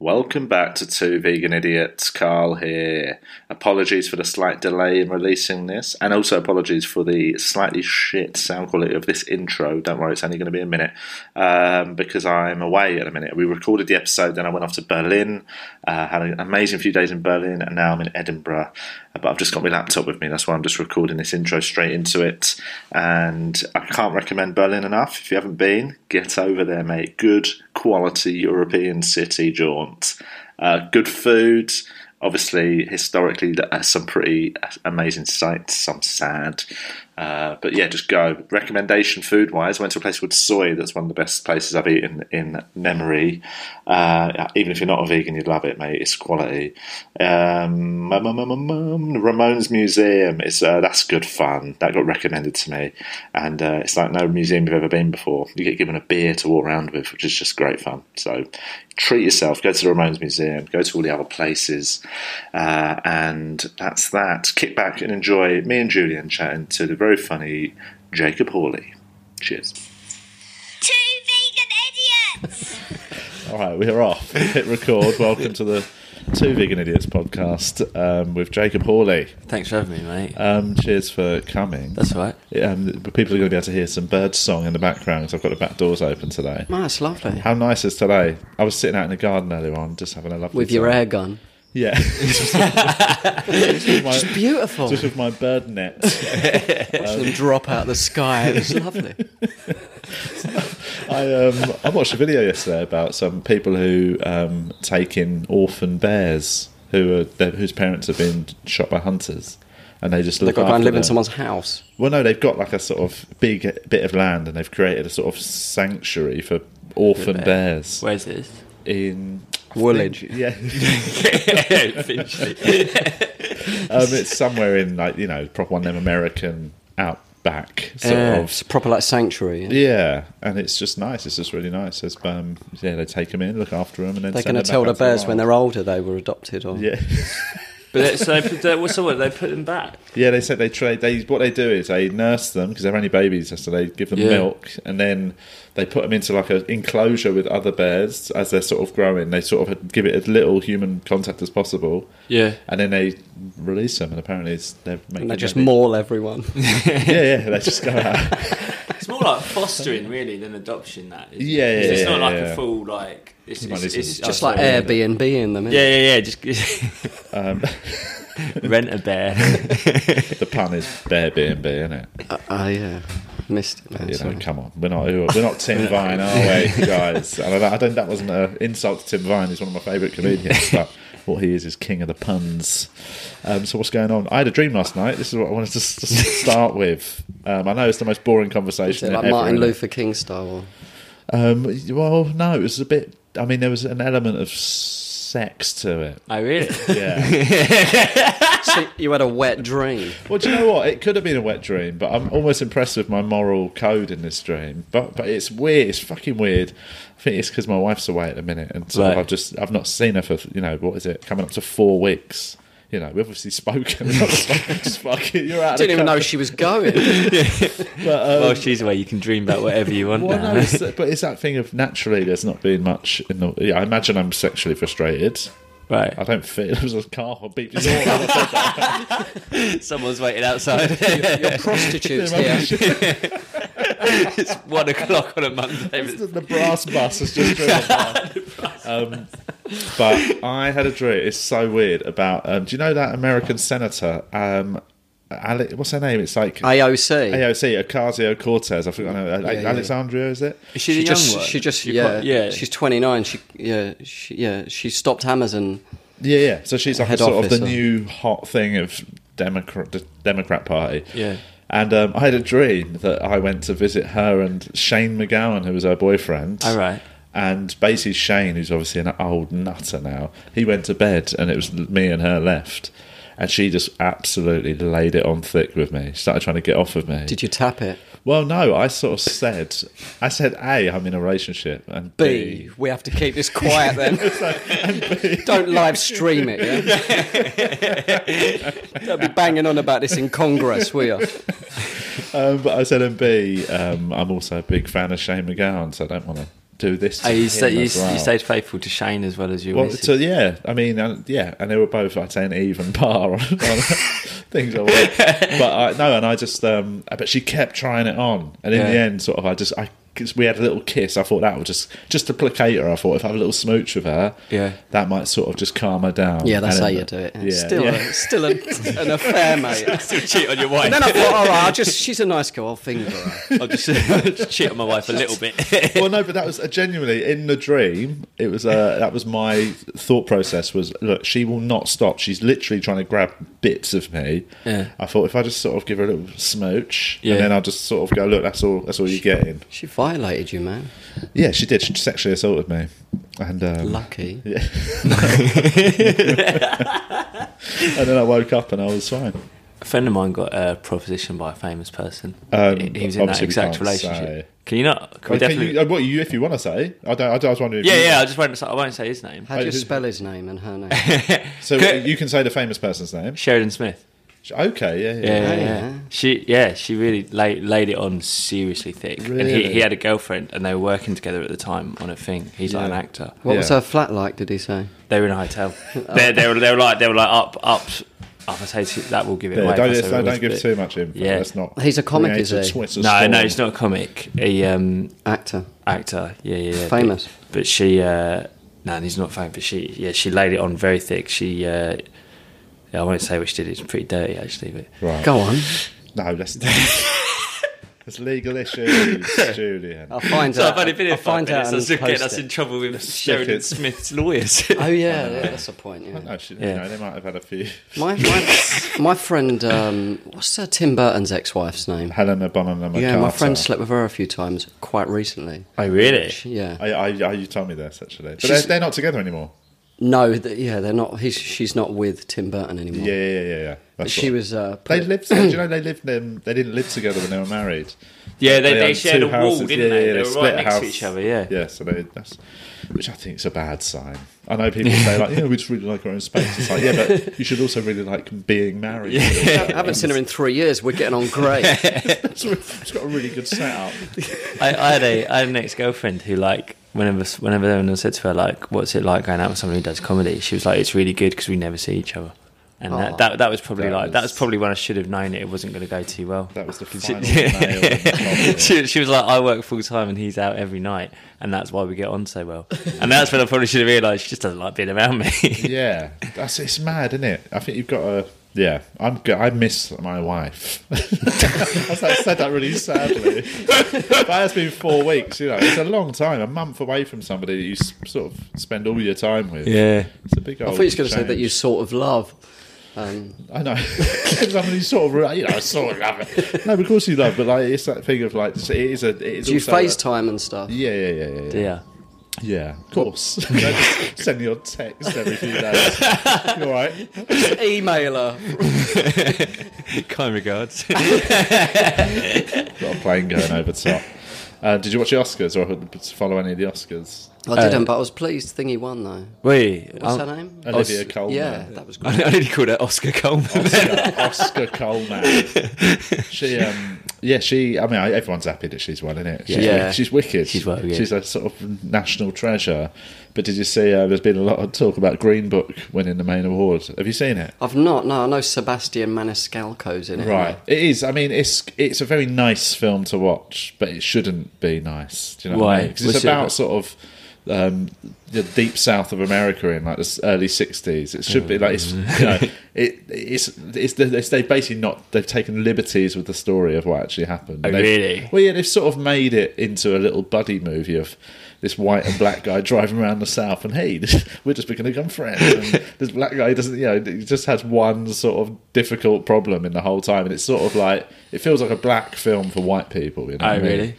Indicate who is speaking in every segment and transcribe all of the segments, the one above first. Speaker 1: Welcome back to Two Vegan Idiots. Carl here. Apologies for the slight delay in releasing this, and also apologies for the slightly shit sound quality of this intro. Don't worry, it's only going to be a minute um, because I'm away at the minute. We recorded the episode, then I went off to Berlin, uh, had an amazing few days in Berlin, and now I'm in Edinburgh. But I've just got my laptop with me, that's why I'm just recording this intro straight into it. And I can't recommend Berlin enough. If you haven't been, get over there, mate. Good quality European city jaunt. Uh, good food. Obviously, historically, there are some pretty uh, amazing sights, some sad. Uh, but yeah, just go. Recommendation food wise, went to a place called Soy, that's one of the best places I've eaten in memory. Uh, even if you're not a vegan, you'd love it, mate. It's quality. Um, um, um, um, um, the Ramones Museum, it's, uh, that's good fun. That got recommended to me. And uh, it's like no museum you've ever been before. You get given a beer to walk around with, which is just great fun. So treat yourself, go to the Ramones Museum, go to all the other places. Uh, and that's that. Kick back and enjoy me and Julian chatting to the very funny Jacob Hawley. Cheers.
Speaker 2: Two vegan idiots!
Speaker 3: All right, we're off. Hit record. Welcome to the Two Vegan Idiots podcast um, with Jacob Hawley.
Speaker 4: Thanks for having me, mate.
Speaker 3: Um, cheers for coming.
Speaker 4: That's all right.
Speaker 3: Um, people are going to be able to hear some bird song in the background 'cause I've got the back doors open today.
Speaker 4: Man, it's lovely.
Speaker 3: How nice is today? I was sitting out in the garden earlier on, just having a lovely
Speaker 4: With your
Speaker 3: time.
Speaker 4: air gun.
Speaker 3: Yeah. just, with my,
Speaker 4: It's beautiful.
Speaker 3: just with my bird net. Uh,
Speaker 4: Watch them drop out of the sky. It's lovely.
Speaker 3: I um I watched a video yesterday about some people who um take in orphan bears who are their, whose parents have been shot by hunters, and they just
Speaker 4: They've
Speaker 3: look
Speaker 4: got to go
Speaker 3: after
Speaker 4: and live in
Speaker 3: them.
Speaker 4: someone's house.
Speaker 3: Well, no, they've got like a sort of big bit of land, and they've created a sort of sanctuary for orphan
Speaker 4: bear.
Speaker 3: bears
Speaker 5: Where's this?
Speaker 3: in
Speaker 4: Woolwich.
Speaker 3: yeah.
Speaker 5: Finchley.
Speaker 3: um, it's somewhere in like you know proper one of them American outback sort
Speaker 4: Yeah,
Speaker 3: of
Speaker 4: it's a proper like sanctuary.
Speaker 3: Yeah, and it's just nice. It's just really nice. It's, um, yeah, they take them in, look after them, and then
Speaker 4: They're
Speaker 3: going to
Speaker 4: tell the bears when they're older they were adopted or
Speaker 3: yeah,
Speaker 5: But they- so they put, they, what's the word? They put them back.
Speaker 3: yeah. They said they trade. They what they do is they nurse them because they're only babies, so they give them
Speaker 4: Yeah.
Speaker 3: milk, and then they put them into like an enclosure with other bears as they're sort of growing. They sort of give it as little human contact as possible,
Speaker 5: Yeah.
Speaker 3: and then they release them. And apparently, it's, they're making
Speaker 4: and they just
Speaker 3: babies.
Speaker 4: maul everyone.
Speaker 3: Yeah, yeah. They just go out.
Speaker 5: It's more like fostering, really, than adoption. That isn't it?
Speaker 3: Yeah, yeah,
Speaker 5: It's
Speaker 3: yeah,
Speaker 5: not like
Speaker 3: yeah.
Speaker 5: a full like. It's,
Speaker 3: might
Speaker 5: it's,
Speaker 3: do
Speaker 5: it's
Speaker 3: some-
Speaker 4: just like
Speaker 5: yeah,
Speaker 4: Airbnb in them.
Speaker 5: yeah, yeah, yeah. Just
Speaker 3: um,
Speaker 5: rent a bear.
Speaker 3: the pun is bear B and B, isn't it?
Speaker 4: Oh, yeah. Missed it, man.
Speaker 3: You know,
Speaker 4: sorry.
Speaker 3: come on, we're not we're not Tim Vine, are we, guys? And I don't, I don't that wasn't an insult to Tim Vine. He's one of my favourite comedians, but what he is is king of the puns. Um, so what's going on? I had a dream last night. This is what I wanted to s- s- start with. Um, I know it's the most boring
Speaker 4: Is
Speaker 3: conversation.
Speaker 4: it like
Speaker 3: ever,
Speaker 4: Martin
Speaker 3: isn't it?
Speaker 4: Luther King style? Or...
Speaker 3: Um, well, no, it was a bit. I mean, there was an element of sex to it.
Speaker 5: I Oh, really.
Speaker 3: Yeah.
Speaker 4: so you had a wet dream.
Speaker 3: Well, do you know what? It could have been a wet dream, but I'm almost impressed with my moral code in this dream. But but it's weird. It's fucking weird. I think it's because my wife's away at the minute, and so
Speaker 5: Right.
Speaker 3: I've just I've not seen her for you know what is it coming up to four weeks. You know, we've obviously spoken. Just fucking, you're out. of
Speaker 4: Didn't
Speaker 3: the
Speaker 4: even know
Speaker 3: country.
Speaker 4: she was going.
Speaker 5: While she's away, you can dream about whatever you want.
Speaker 3: Well,
Speaker 5: now.
Speaker 3: no, it's, but it's that thing of naturally. There's not been much in the. Yeah, I imagine I'm sexually frustrated. I
Speaker 5: Right.
Speaker 3: don't feel. It was a car. I beat his horn.
Speaker 5: Someone's waiting outside.
Speaker 4: Your prostitutes here.
Speaker 5: it's one o'clock on a Monday.
Speaker 3: the brass bus has just driven by. um, but I had a dream. It's so weird about. Um, do you know that American senator? Um, Ale- what's her name? It's like
Speaker 4: AOC.
Speaker 3: AOC Ocasio Cortez. I forgot. her name. Ale-
Speaker 4: yeah.
Speaker 3: Alexandria is it?
Speaker 5: Is she,
Speaker 4: she
Speaker 5: the young
Speaker 4: just
Speaker 5: one?
Speaker 4: she just
Speaker 5: She
Speaker 4: yeah
Speaker 5: quite- yeah.
Speaker 4: she's 29 she yeah she yeah she stopped Amazon
Speaker 3: Yeah, yeah. So she's like a
Speaker 4: Head
Speaker 3: sort of
Speaker 4: officer.
Speaker 3: the new hot thing of Democrat the Democrat Party.
Speaker 5: Yeah.
Speaker 3: And um, I had a dream that I went to visit her and Shane McGowan, who was her boyfriend.
Speaker 5: All right.
Speaker 3: And basically, Shane, who's obviously an old nutter now, he went to bed and it was me and her left. And she just absolutely laid it on thick with me. She started trying to get off of me.
Speaker 4: did you tap it
Speaker 3: well, no, I sort of said, I said, A, I'm in a relationship. And B,
Speaker 4: B we have to keep this quiet then don't live stream it yeah don't be banging on about this in Congress will you
Speaker 3: um, but I said, and B, um, I'm also a big fan of Shane McGowan, so I don't want to do this.
Speaker 4: Ah,
Speaker 3: To
Speaker 5: Oh, you,
Speaker 3: him
Speaker 5: stay, you,
Speaker 3: as well.
Speaker 5: you stayed faithful to Shane as well as you.
Speaker 3: Well,
Speaker 5: missus.
Speaker 3: so yeah, I mean, uh, yeah, and they were both, I'd say, an even par on, on things. I was. But I, no, and I just, um, but she kept trying it on, and in
Speaker 5: Yeah.
Speaker 3: the end, sort of, I just, I, 'cause we had a little kiss. I thought that would just, just to placate her. I thought if I have a little smooch with her,
Speaker 5: Yeah.
Speaker 3: that might sort of just calm her down.
Speaker 4: Yeah, that's
Speaker 3: And
Speaker 4: how
Speaker 3: then-
Speaker 4: you do it.
Speaker 3: Yeah,
Speaker 4: still,
Speaker 3: yeah.
Speaker 4: A, still a, an affair, mate.
Speaker 5: Still cheat on your wife.
Speaker 4: And then I thought, all right, I'll just she's a nice girl. I'll finger her.
Speaker 5: I'll just, just cheat on my wife a little bit.
Speaker 3: well, no, but that was uh, genuinely in the dream. It was uh, that was my thought process was look, she will not stop. She's literally trying to grab bits of me.
Speaker 5: Yeah.
Speaker 3: I thought if I just sort of give her a little smooch,
Speaker 5: Yeah.
Speaker 3: and then I'll just sort of go, look, that's all, that's all you're getting.
Speaker 4: She violated you, man.
Speaker 3: Yeah, she did. She sexually assaulted me, and um,
Speaker 4: Lucky.
Speaker 3: and then I woke up and I was fine.
Speaker 5: a friend of mine got uh, propositioned by a famous person.
Speaker 3: Um,
Speaker 5: he he was in that
Speaker 3: obviously we
Speaker 5: exact
Speaker 3: can't
Speaker 5: relationship.
Speaker 3: say.
Speaker 5: Can you not? Can we
Speaker 3: Okay,
Speaker 5: definitely?
Speaker 3: you, uh, what you if you want to say? I don't. I, don't- I was wondering. If you,
Speaker 5: yeah, yeah. I just won't. say- I won't say his name.
Speaker 4: How do you spell his name and her name?
Speaker 3: So
Speaker 5: Okay.
Speaker 3: you can say the famous person's name.
Speaker 5: Sheridan Smith.
Speaker 3: Okay. Yeah. Yeah.
Speaker 5: Yeah, yeah,
Speaker 4: Oh,
Speaker 5: yeah.
Speaker 4: yeah.
Speaker 5: She, yeah, she really laid, laid it on seriously thick. And he,
Speaker 3: Really?
Speaker 5: he had a girlfriend, and they were working together at the time on a thing. He's like an
Speaker 3: Yeah.
Speaker 5: actor.
Speaker 4: What was
Speaker 3: Yeah.
Speaker 4: her flat like? Did he say?
Speaker 5: They were in a hotel. they, they were, they were like, they were like up, up, up. I say to- that will give it
Speaker 3: Yeah,
Speaker 5: away. if
Speaker 3: don't,
Speaker 5: I say
Speaker 3: don't,
Speaker 5: what it was,
Speaker 3: don't give
Speaker 5: but-
Speaker 3: too much info.
Speaker 5: Yeah.
Speaker 3: That's not.
Speaker 4: He's a comic,
Speaker 3: create
Speaker 4: is
Speaker 3: a
Speaker 4: he?
Speaker 3: Twitter
Speaker 5: No,
Speaker 3: storm.
Speaker 5: no, he's not a comic. He um,
Speaker 4: Actor.
Speaker 5: actor. Yeah, yeah, yeah.
Speaker 4: Famous.
Speaker 5: But, but she, uh, no, he's not famous. But she, yeah, she laid it on very thick. She, uh, yeah, I won't say what she did. It's pretty dirty, actually. But
Speaker 3: Right.
Speaker 4: Go on.
Speaker 3: No, let's. It's legal issues, Julian.
Speaker 4: I'll find
Speaker 5: So
Speaker 4: out.
Speaker 5: I've only been here
Speaker 4: I'll find
Speaker 5: five minutes.
Speaker 4: out
Speaker 5: That's
Speaker 4: and
Speaker 5: getting
Speaker 4: post
Speaker 5: us
Speaker 4: it.
Speaker 5: in trouble with
Speaker 3: Sheridan
Speaker 5: Sheridan Smith's lawyers.
Speaker 4: Oh yeah, yeah, that's a point. Yeah.
Speaker 3: No, she,
Speaker 5: Yeah.
Speaker 3: you know, they might have had a few.
Speaker 4: My my, my friend, um, what's uh, Tim Burton's ex-wife's name?
Speaker 3: Helena Bonham Carter.
Speaker 4: Yeah, my friend slept with her a few times quite recently.
Speaker 5: oh, really?
Speaker 4: She- yeah.
Speaker 3: I, I, I, you told me this actually, but they're,
Speaker 4: She's-
Speaker 3: they're not together anymore.
Speaker 4: No, th- yeah, they're not. He's, she's not with Tim Burton anymore.
Speaker 3: Yeah, yeah, yeah, yeah. That's
Speaker 4: she
Speaker 3: what-
Speaker 4: was. Uh,
Speaker 3: They
Speaker 4: put-
Speaker 3: lived. do you know they lived? Um, they didn't live together when they were married.
Speaker 5: Yeah, they, they,
Speaker 3: owned
Speaker 5: shared
Speaker 3: two
Speaker 5: a wall,
Speaker 3: houses.
Speaker 5: didn't
Speaker 3: Yeah,
Speaker 5: they?
Speaker 3: yeah,
Speaker 5: they were
Speaker 3: split
Speaker 5: right
Speaker 3: a
Speaker 5: next to
Speaker 3: house.
Speaker 5: each other. Yeah.
Speaker 3: yeah. So they, that's which I think is a bad sign. I know people say like, yeah, we just really like our own space. It's like, yeah, but you should also really like being married.
Speaker 4: I haven't seen her in three years. We're getting on great.
Speaker 3: it's got a really good setup.
Speaker 5: I, I had a I had an ex girlfriend who like whenever whenever anyone said to her like, "What's it like going out with someone who does comedy?" She was like, "It's really good because we never see each other." And
Speaker 4: Aw.
Speaker 5: that, that that was probably
Speaker 3: That
Speaker 5: like that was
Speaker 3: was-
Speaker 5: probably when I should have known it, it wasn't going to go too well.
Speaker 3: That was the
Speaker 5: She-
Speaker 3: final nail in the coffin.
Speaker 5: she, she was like, I work full time and he's out every night, and that's why we get on so well. And that's when I probably should have realised she just doesn't like being around me.
Speaker 3: Yeah, that's it's mad, isn't it? I think you've got to. Yeah, I'm. go- I miss my wife. I said that really sadly. But that's been four weeks. You know, it's a long time. A month away from somebody that you s- sort of spend all your time with.
Speaker 5: yeah.
Speaker 3: it's a big. Old
Speaker 4: I thought you were going to say
Speaker 3: change.
Speaker 4: that you sort of love. Um,
Speaker 3: I know. Somebody sort of. You know, I sort of love it. No, of course you love, but like it's that thing of like it is a. It is
Speaker 4: do you
Speaker 3: also uh, a-
Speaker 4: FaceTime and stuff?
Speaker 3: Yeah, yeah, yeah, yeah, yeah.
Speaker 5: Yeah.
Speaker 3: Yeah, of course. You know, just send your text every few days. You all right?
Speaker 4: Emailer.
Speaker 5: kind regards.
Speaker 3: got a plane going over top. Uh, did you watch the Oscars or follow any of the Oscars?
Speaker 4: I didn't, but I was pleased. Thing he won though.
Speaker 5: Wait.
Speaker 4: What's
Speaker 5: um,
Speaker 4: her name?
Speaker 3: Olivia Colman.
Speaker 4: Yeah, that was great.
Speaker 5: I only called her Oscar Coleman.
Speaker 3: Oscar, Oscar Coleman. She, um, yeah, she. I mean, I- everyone's happy that she's won, isn't it? She's,
Speaker 5: Yeah.
Speaker 3: she's wicked.
Speaker 5: She's wicked.
Speaker 3: She's a sort of national treasure. But did you see? Uh, there's been a lot of talk about Green Book winning the main award. Have you seen it?
Speaker 4: I've not. No, I know Sebastian Maniscalco's in it.
Speaker 3: Right, it is. I mean, it's it's a very nice film to watch, but it shouldn't be nice. Do you know what I
Speaker 5: Why?
Speaker 3: mean? 'Cause it's
Speaker 5: What's it
Speaker 3: about
Speaker 5: about?
Speaker 3: sort of um, the deep south of America in like the s- early '60s. It should be like it's, you
Speaker 5: Mm.
Speaker 3: know, it, it's it's the- it's they've basically not they've taken liberties with the story of what actually happened.
Speaker 5: Oh,
Speaker 3: They've-
Speaker 5: really?
Speaker 3: Well, yeah, they've sort of made it into a little buddy movie of. This white and black guy driving around the south, and hey, we're just becoming friends. And this black guy doesn't, you know, he just has one sort of difficult problem in the whole time, and it's sort of like it feels like a black film for white people. You know
Speaker 5: Oh,
Speaker 3: what I mean?
Speaker 5: really?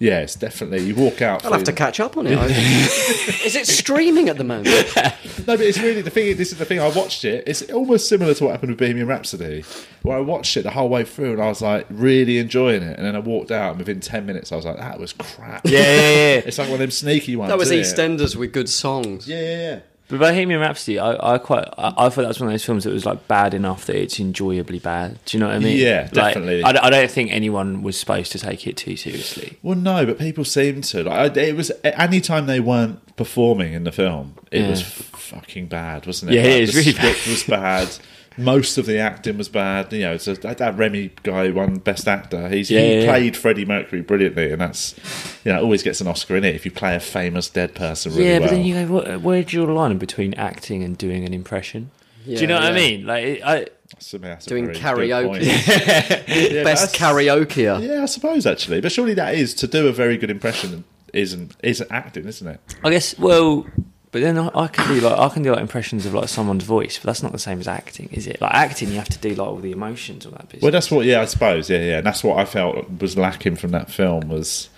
Speaker 3: Yeah, it's definitely. You walk out.
Speaker 4: I'll have to
Speaker 3: feeling-
Speaker 4: catch up on it. I- Is it streaming at the moment?
Speaker 3: No, but it's really the thing. This is the thing. I watched it. It's almost similar to what happened with Bohemian Rhapsody, where I watched it the whole way through and I was like really enjoying it, and then I walked out and within ten minutes I was like, that was crap.
Speaker 5: yeah, yeah, yeah.
Speaker 3: it's like one of them sneaky ones.
Speaker 4: That was
Speaker 3: isn't it?
Speaker 4: EastEnders with good songs.
Speaker 3: Oh, Yeah, yeah, yeah.
Speaker 5: But Bohemian Rhapsody, I, I quite, I, I thought that was one of those films that was like bad enough that it's enjoyably bad. Do you know what I mean?
Speaker 3: Yeah,
Speaker 5: Like,
Speaker 3: definitely.
Speaker 5: I, don't- I don't think anyone was supposed to take it too seriously.
Speaker 3: Well, no, but people seem to. Like, I- it was any time they weren't performing in the film, it was
Speaker 5: Yeah.
Speaker 3: f- fucking bad, wasn't it?
Speaker 5: Yeah, it
Speaker 3: Like,
Speaker 5: is
Speaker 3: the
Speaker 5: really
Speaker 3: script
Speaker 5: bad.
Speaker 3: was bad. Most of the acting was bad. You know, so that, that Remy guy won Best Actor. He's,
Speaker 5: Yeah,
Speaker 3: he
Speaker 5: yeah, yeah.
Speaker 3: played Freddie Mercury brilliantly, and that's you know always gets an Oscar in it if you play a famous dead person really
Speaker 5: yeah,
Speaker 3: well.
Speaker 5: but then you go, where, where do you draw the line between acting and doing an impression? do
Speaker 4: Yeah,
Speaker 5: you know what
Speaker 4: yeah.
Speaker 5: I mean? Like, it- I,
Speaker 3: That's a- that's a
Speaker 4: Doing
Speaker 3: very good
Speaker 4: karaoke.
Speaker 3: point. Yeah,
Speaker 4: Best
Speaker 3: that's-
Speaker 4: karaoke.
Speaker 3: Yeah, I suppose actually, but surely that is to do a very good impression isn't isn't acting, isn't it?
Speaker 5: I guess. Well, but then I, I can do like I can do like impressions of like someone's voice, but that's not the same as acting, is it? Like acting, you have to do like all the emotions of that business.
Speaker 3: Well, that's what. Yeah, I suppose. Yeah, yeah. And that's what I felt was lacking from that film was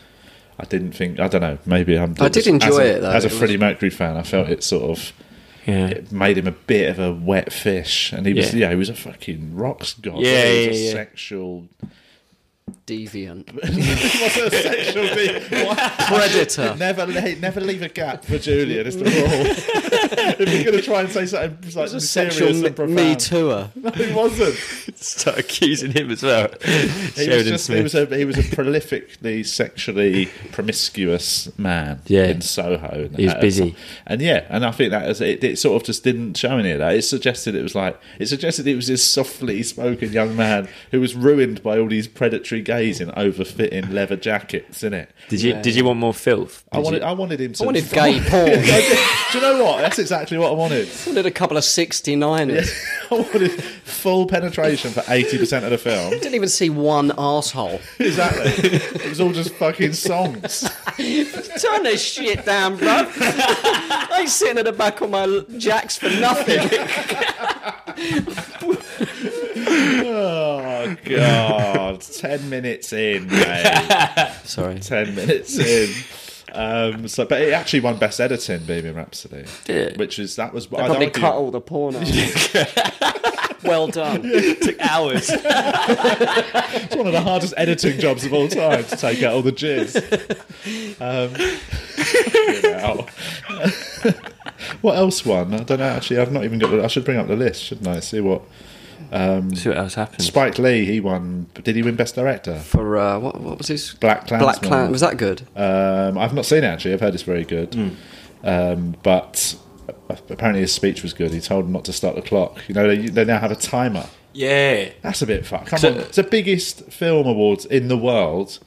Speaker 3: I didn't think. I don't know. Maybe I'm.
Speaker 4: I did
Speaker 3: as a-
Speaker 4: enjoy it, though.
Speaker 3: As a
Speaker 4: It was-
Speaker 3: Freddie Mercury fan, I felt it sort of
Speaker 5: yeah.
Speaker 3: it made him a bit of a wet fish, and he was
Speaker 5: Yeah.
Speaker 3: yeah, he was a fucking rocks god.
Speaker 5: Yeah,
Speaker 3: he was
Speaker 5: yeah,
Speaker 3: a
Speaker 5: yeah.
Speaker 3: Sexual.
Speaker 4: Deviant.
Speaker 3: What's a sexual? being? Why-
Speaker 4: Predator.
Speaker 3: Never, le- never leave a gap for Julian. It's the rule. if you're going to try and say something like
Speaker 4: It's a
Speaker 3: serious
Speaker 4: sexual
Speaker 3: and
Speaker 4: me,
Speaker 3: profound,
Speaker 4: me tooer.
Speaker 3: it wasn't.
Speaker 5: Start accusing him as well.
Speaker 3: He was, just, he was a he was a prolifically sexually promiscuous man
Speaker 5: Yeah.
Speaker 3: in Soho.
Speaker 5: He was
Speaker 3: At a
Speaker 5: busy.
Speaker 3: ti- and yeah, and I think that is, it, it sort of just didn't show any of that. It suggested it was like it suggested it was this softly spoken young man who was ruined by all these predatory gays in overfitting leather jackets. In it,
Speaker 5: Did you Did you want more filth?
Speaker 3: I wanted I wanted him to.
Speaker 4: I wanted gay porn.
Speaker 3: Do you know what? That's exactly what I wanted.
Speaker 4: I wanted a couple of 69ers.
Speaker 3: I wanted full penetration for eighty percent of the film.
Speaker 4: Didn't even see one asshole.
Speaker 3: Exactly. It was all just fucking songs.
Speaker 4: Turn this shit down, bro. I ain't sitting at the back on my l- jacks for nothing.
Speaker 3: Oh god! Ten minutes in, mate.
Speaker 5: Sorry.
Speaker 3: Ten minutes in. Um, so, but it actually won Best Editing, Bohemian Rhapsody,
Speaker 5: Did it?
Speaker 3: which is that was I'd
Speaker 4: Probably
Speaker 3: argue-
Speaker 4: cut all the porn out. well done.
Speaker 5: took hours.
Speaker 3: It's one of the hardest editing jobs of all time to take out all the jizz. Um, you know. what else won? I don't know. Actually, I've not even got. The, I should bring up the list, shouldn't I? See what
Speaker 5: See what else happens.
Speaker 3: Spike Lee. He won. Did he win Best Director?
Speaker 4: For, uh, what, what was his?
Speaker 3: Black Klansman.
Speaker 4: Black Clan. Was that good?
Speaker 3: Um, I've not seen it actually. I've heard it's very good,
Speaker 4: Hmm.
Speaker 3: um, but apparently his speech was good. He told them not to start the clock. You know, they, they now have a timer.
Speaker 5: Yeah.
Speaker 3: That's a bit fucked. Come
Speaker 5: So-
Speaker 3: on, it's the biggest film awards in the world,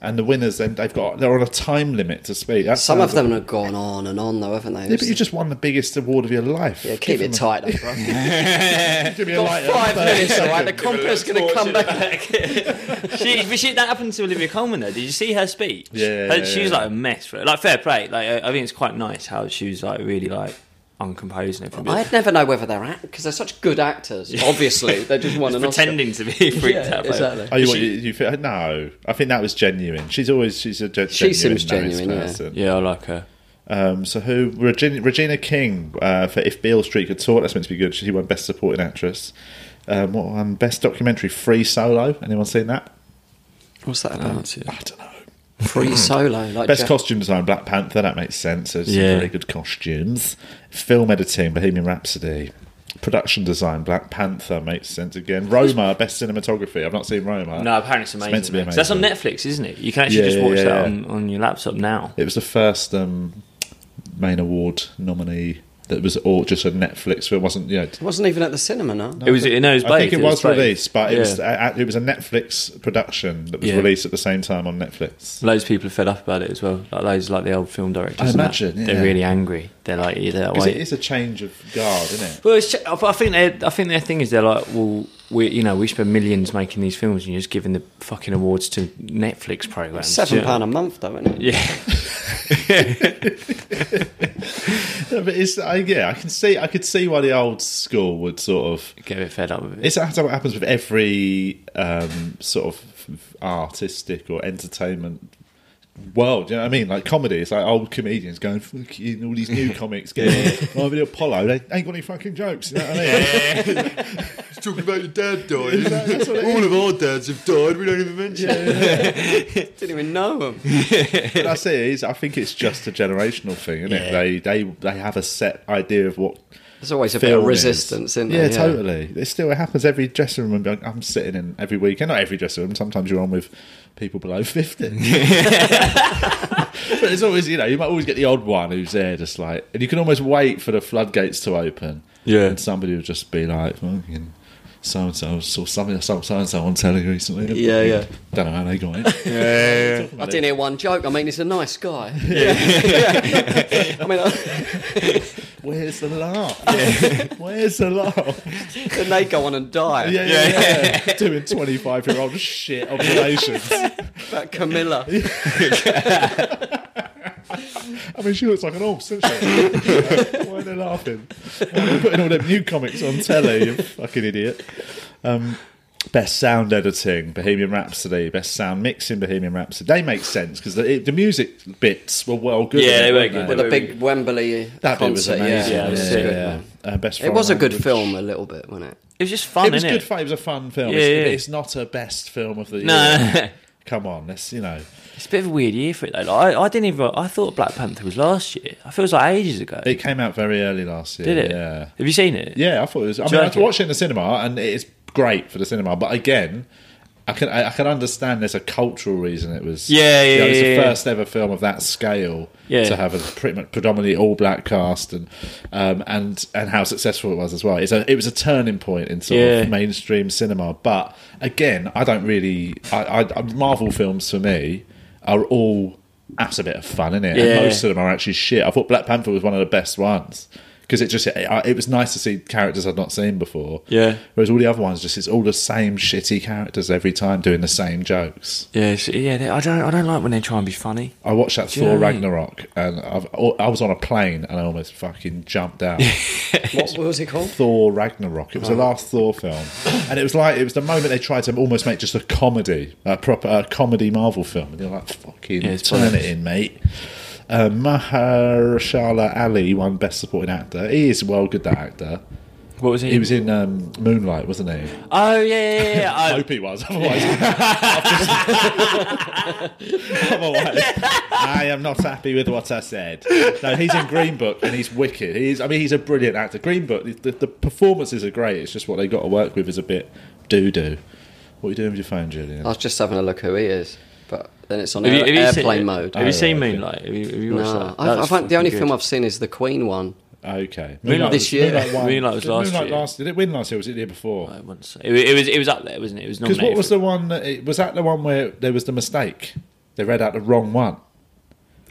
Speaker 3: and the winners then they've got they're on a time limit to speak. That
Speaker 4: Some of
Speaker 3: sounds-
Speaker 4: them have gone on and on, though, haven't they?
Speaker 3: Yeah, but you just won the biggest award of your life.
Speaker 4: Yeah, keep it tight, though, bro.
Speaker 3: Give me a
Speaker 4: Got
Speaker 3: lighter.
Speaker 4: five minutes, all right? The
Speaker 5: Give a little
Speaker 4: compo's going to come back.
Speaker 5: she, but she, that happened to Olivia Colman though. Did you see her speech?
Speaker 3: Yeah,
Speaker 5: Her-
Speaker 3: yeah,
Speaker 5: she was
Speaker 3: yeah.
Speaker 5: like a mess. For it. Like fair play. Like I, I think it's quite nice how she was like really like uncomposed and everything.
Speaker 4: I'd never know whether they're act because they're such good actors. Obviously, they just won an
Speaker 5: pretending to be
Speaker 4: Oscar.
Speaker 5: freaked
Speaker 4: Yeah,
Speaker 5: out. by it.
Speaker 4: exactly.
Speaker 3: Oh, you,
Speaker 5: She-
Speaker 3: you, you feel, no, I think that was genuine. She's always she's a gen-
Speaker 4: She
Speaker 3: genuine,
Speaker 4: seems
Speaker 3: nice
Speaker 4: genuine, yeah.
Speaker 3: person.
Speaker 5: Yeah, I like her.
Speaker 3: Um, so who Regina, Regina King uh, for If Beale Street Could Talk? That's meant to be good. She won Best Supporting Actress. Um, what one? Best Documentary Free Solo. Anyone seen that? Uh,
Speaker 4: What's that about?
Speaker 3: I don't know.
Speaker 4: Free solo, like
Speaker 3: Best
Speaker 4: Jack-
Speaker 3: costume design Black Panther. That makes sense. There's some
Speaker 5: Yeah.
Speaker 3: very good costumes. Film editing Bohemian Rhapsody. Production design Black Panther makes sense again. Roma Best Cinematography. I've not seen Roma.
Speaker 5: No, apparently it's amazing.
Speaker 3: meant to be
Speaker 5: mate. 'Cause That's on Netflix, isn't it? You can actually
Speaker 3: Yeah,
Speaker 5: just watch
Speaker 3: yeah,
Speaker 5: that
Speaker 3: yeah.
Speaker 5: On, on your laptop now.
Speaker 3: It was the first um, main award nominee that was all just a Netflix. It wasn't you know
Speaker 4: It wasn't even at the cinema, no.
Speaker 5: It was, no, it was
Speaker 3: I think
Speaker 5: both,
Speaker 3: it was
Speaker 5: both.
Speaker 3: released, but it was
Speaker 5: Yeah.
Speaker 3: uh, it was a Netflix production that was
Speaker 5: Yeah.
Speaker 3: released at the same time on Netflix.
Speaker 5: Loads of people are fed up about it as well. Like loads, like the old film directors.
Speaker 3: I
Speaker 5: and that.
Speaker 3: imagine, yeah.
Speaker 5: they're really angry. They're like, they're like,
Speaker 3: Because
Speaker 5: wait.
Speaker 3: it is a change of guard, isn't it?
Speaker 5: well, it's, I think they, I think their thing is they're like, well, we, you know, we spend millions making these films, and you're just giving the fucking awards to Netflix programs.
Speaker 4: Seven
Speaker 5: Yeah.
Speaker 4: pound a month, though, isn't it?
Speaker 5: Yeah,
Speaker 3: Yeah, but it's I yeah, I can see I could see why the old school would sort of.
Speaker 5: get a bit fed up with it.
Speaker 3: It's that's how it happens with every um, sort of artistic or entertainment world. You know what I mean? Like comedy, it's like old comedians going fucking all these new comics getting. Like the Apollo, they ain't got any fucking jokes. You know what I mean?
Speaker 6: Talking about your dad dying. All of our dads have died. We don't even mention it.
Speaker 4: Didn't even know him.
Speaker 3: But that's it. Is I think it's just a generational thing, isn't it?
Speaker 5: Yeah.
Speaker 3: They they they have a set idea of what
Speaker 4: There's always a bit
Speaker 3: film
Speaker 4: of
Speaker 3: is.
Speaker 4: resistance, isn't
Speaker 3: yeah,
Speaker 4: there?
Speaker 3: totally. It still happens every dressing room. Like, I'm sitting in every weekend, not every dressing room. Sometimes you're on with people below fifty. but it's always you know you might always get the odd one who's there just like, and you can almost wait for the floodgates to open.
Speaker 6: Yeah.
Speaker 3: and somebody will just be like, fucking. So and so saw something, so and so on telly recently.
Speaker 4: Yeah, yeah.
Speaker 3: Don't know how they got it.
Speaker 4: I didn't hear one joke. I mean, he's a nice guy. I mean,
Speaker 3: Where's the laugh? Where's the laugh?
Speaker 4: then they go on and die.
Speaker 3: Yeah, yeah, yeah. Doing 25 year old shit observations.
Speaker 4: That Camilla.
Speaker 3: I mean, she looks like an horse, doesn't she? Why are they laughing? Why are they putting all them new comics on telly, you fucking idiot. Um, best sound editing, Bohemian Rhapsody. Best sound mixing, Bohemian Rhapsody. They make sense because the, the music bits were well good.
Speaker 5: Yeah, they were
Speaker 3: weren't
Speaker 5: good.
Speaker 4: With
Speaker 5: They
Speaker 4: the big Wembley
Speaker 3: That bit was
Speaker 4: concert.
Speaker 3: amazing.
Speaker 4: yeah,
Speaker 5: Yeah, it was
Speaker 3: yeah,
Speaker 5: sick.
Speaker 3: yeah. Uh, best
Speaker 4: It was a
Speaker 3: foreign
Speaker 4: good
Speaker 3: language.
Speaker 4: film, a little bit, wasn't it?
Speaker 5: It was just fun,
Speaker 3: It was
Speaker 5: innit?
Speaker 3: good fun. It was a fun film.
Speaker 5: Yeah,
Speaker 3: it's,
Speaker 5: yeah.
Speaker 3: it's not a best film of the year.
Speaker 5: No.
Speaker 3: Come on, let's you know.
Speaker 5: It's a bit of a weird year for it though. Like, I, I didn't even. I thought Black Panther was last year. I feel it was like ages ago.
Speaker 3: It came out very early last year.
Speaker 5: Did it?
Speaker 3: Yeah.
Speaker 5: Have you seen it?
Speaker 3: Yeah, I thought it was. I
Speaker 5: you
Speaker 3: mean,
Speaker 5: like
Speaker 3: I
Speaker 5: it?
Speaker 3: watched it in the cinema, and it's great for the cinema. But again, I can I, I can understand there's a cultural reason it was.
Speaker 5: Yeah,
Speaker 3: you know,
Speaker 5: yeah,
Speaker 3: It's
Speaker 5: yeah,
Speaker 3: the
Speaker 5: yeah.
Speaker 3: first ever film of that scale
Speaker 5: Yeah.
Speaker 3: to have a pretty much predominantly all black cast, and um, and and how successful it was as well. It's a it was a turning point in sort
Speaker 5: Yeah.
Speaker 3: of mainstream cinema. But again, I don't really. I, I Marvel films for me are all. That's a bit of fun, isn't it?
Speaker 5: Yeah.
Speaker 3: And most of them are actually shit. I thought Black Panther was one of the best ones because it just it, it was nice to see characters I'd not seen before.
Speaker 5: Yeah.
Speaker 3: Whereas all the other ones, just it's all the same shitty characters every time doing the same jokes.
Speaker 5: Yeah, it's- yeah. They, I don't. I don't like when they try and be funny.
Speaker 3: I watched that
Speaker 5: you
Speaker 3: Thor
Speaker 5: know what I mean?
Speaker 3: Ragnarok, and I've, I was on a plane and I almost fucking jumped out.
Speaker 4: What was it called?
Speaker 3: Thor Ragnarok. It
Speaker 5: Oh.
Speaker 3: was the last Thor film, and it was like it was the moment they tried to almost make just a comedy, a proper uh, comedy Marvel film, and you're like, "Fucking
Speaker 5: Yeah, it's
Speaker 3: turn
Speaker 5: brilliant.
Speaker 3: it in, mate." Uh, Mahershala Ali won Best Supporting Actor. He is well good that actor.
Speaker 5: What was it?
Speaker 3: He was in um, Moonlight, wasn't he?
Speaker 5: Oh yeah, yeah, yeah. yeah.
Speaker 3: I
Speaker 5: I,
Speaker 3: hope he was. Otherwise, otherwise, I am not happy with what I said. No, he's in Green Book and he's wicked. He's, I mean, he's a brilliant actor. Green Book, the, the performances are great. It's just what they got to work with is a bit doo doo. What are you doing with your phone, Julian?
Speaker 4: I
Speaker 5: Uh,
Speaker 4: was just having a look who he is, but then it's on
Speaker 5: have you,
Speaker 4: air,
Speaker 5: have you seen it?
Speaker 4: airplane mode.
Speaker 5: Have you
Speaker 3: Oh,
Speaker 5: seen
Speaker 3: okay.
Speaker 5: Moonlight? Have you, have you watched
Speaker 4: No,
Speaker 5: that?
Speaker 4: I, I
Speaker 5: That's
Speaker 4: think the only
Speaker 5: fucking
Speaker 4: film
Speaker 5: good.
Speaker 4: I've seen is the Queen one.
Speaker 3: Okay,
Speaker 4: this
Speaker 3: was-
Speaker 4: year.
Speaker 3: won.
Speaker 5: Moonlight was
Speaker 3: Did
Speaker 5: last
Speaker 3: Moonlight
Speaker 5: year.
Speaker 3: Last, did it win last year? or Was it the year before?
Speaker 5: I once- It, it was. It was up there, wasn't it? It was
Speaker 3: Because
Speaker 5: nominated.
Speaker 3: what was
Speaker 5: for-
Speaker 3: the one? That it, was that the one where there was the mistake? They read out the wrong one.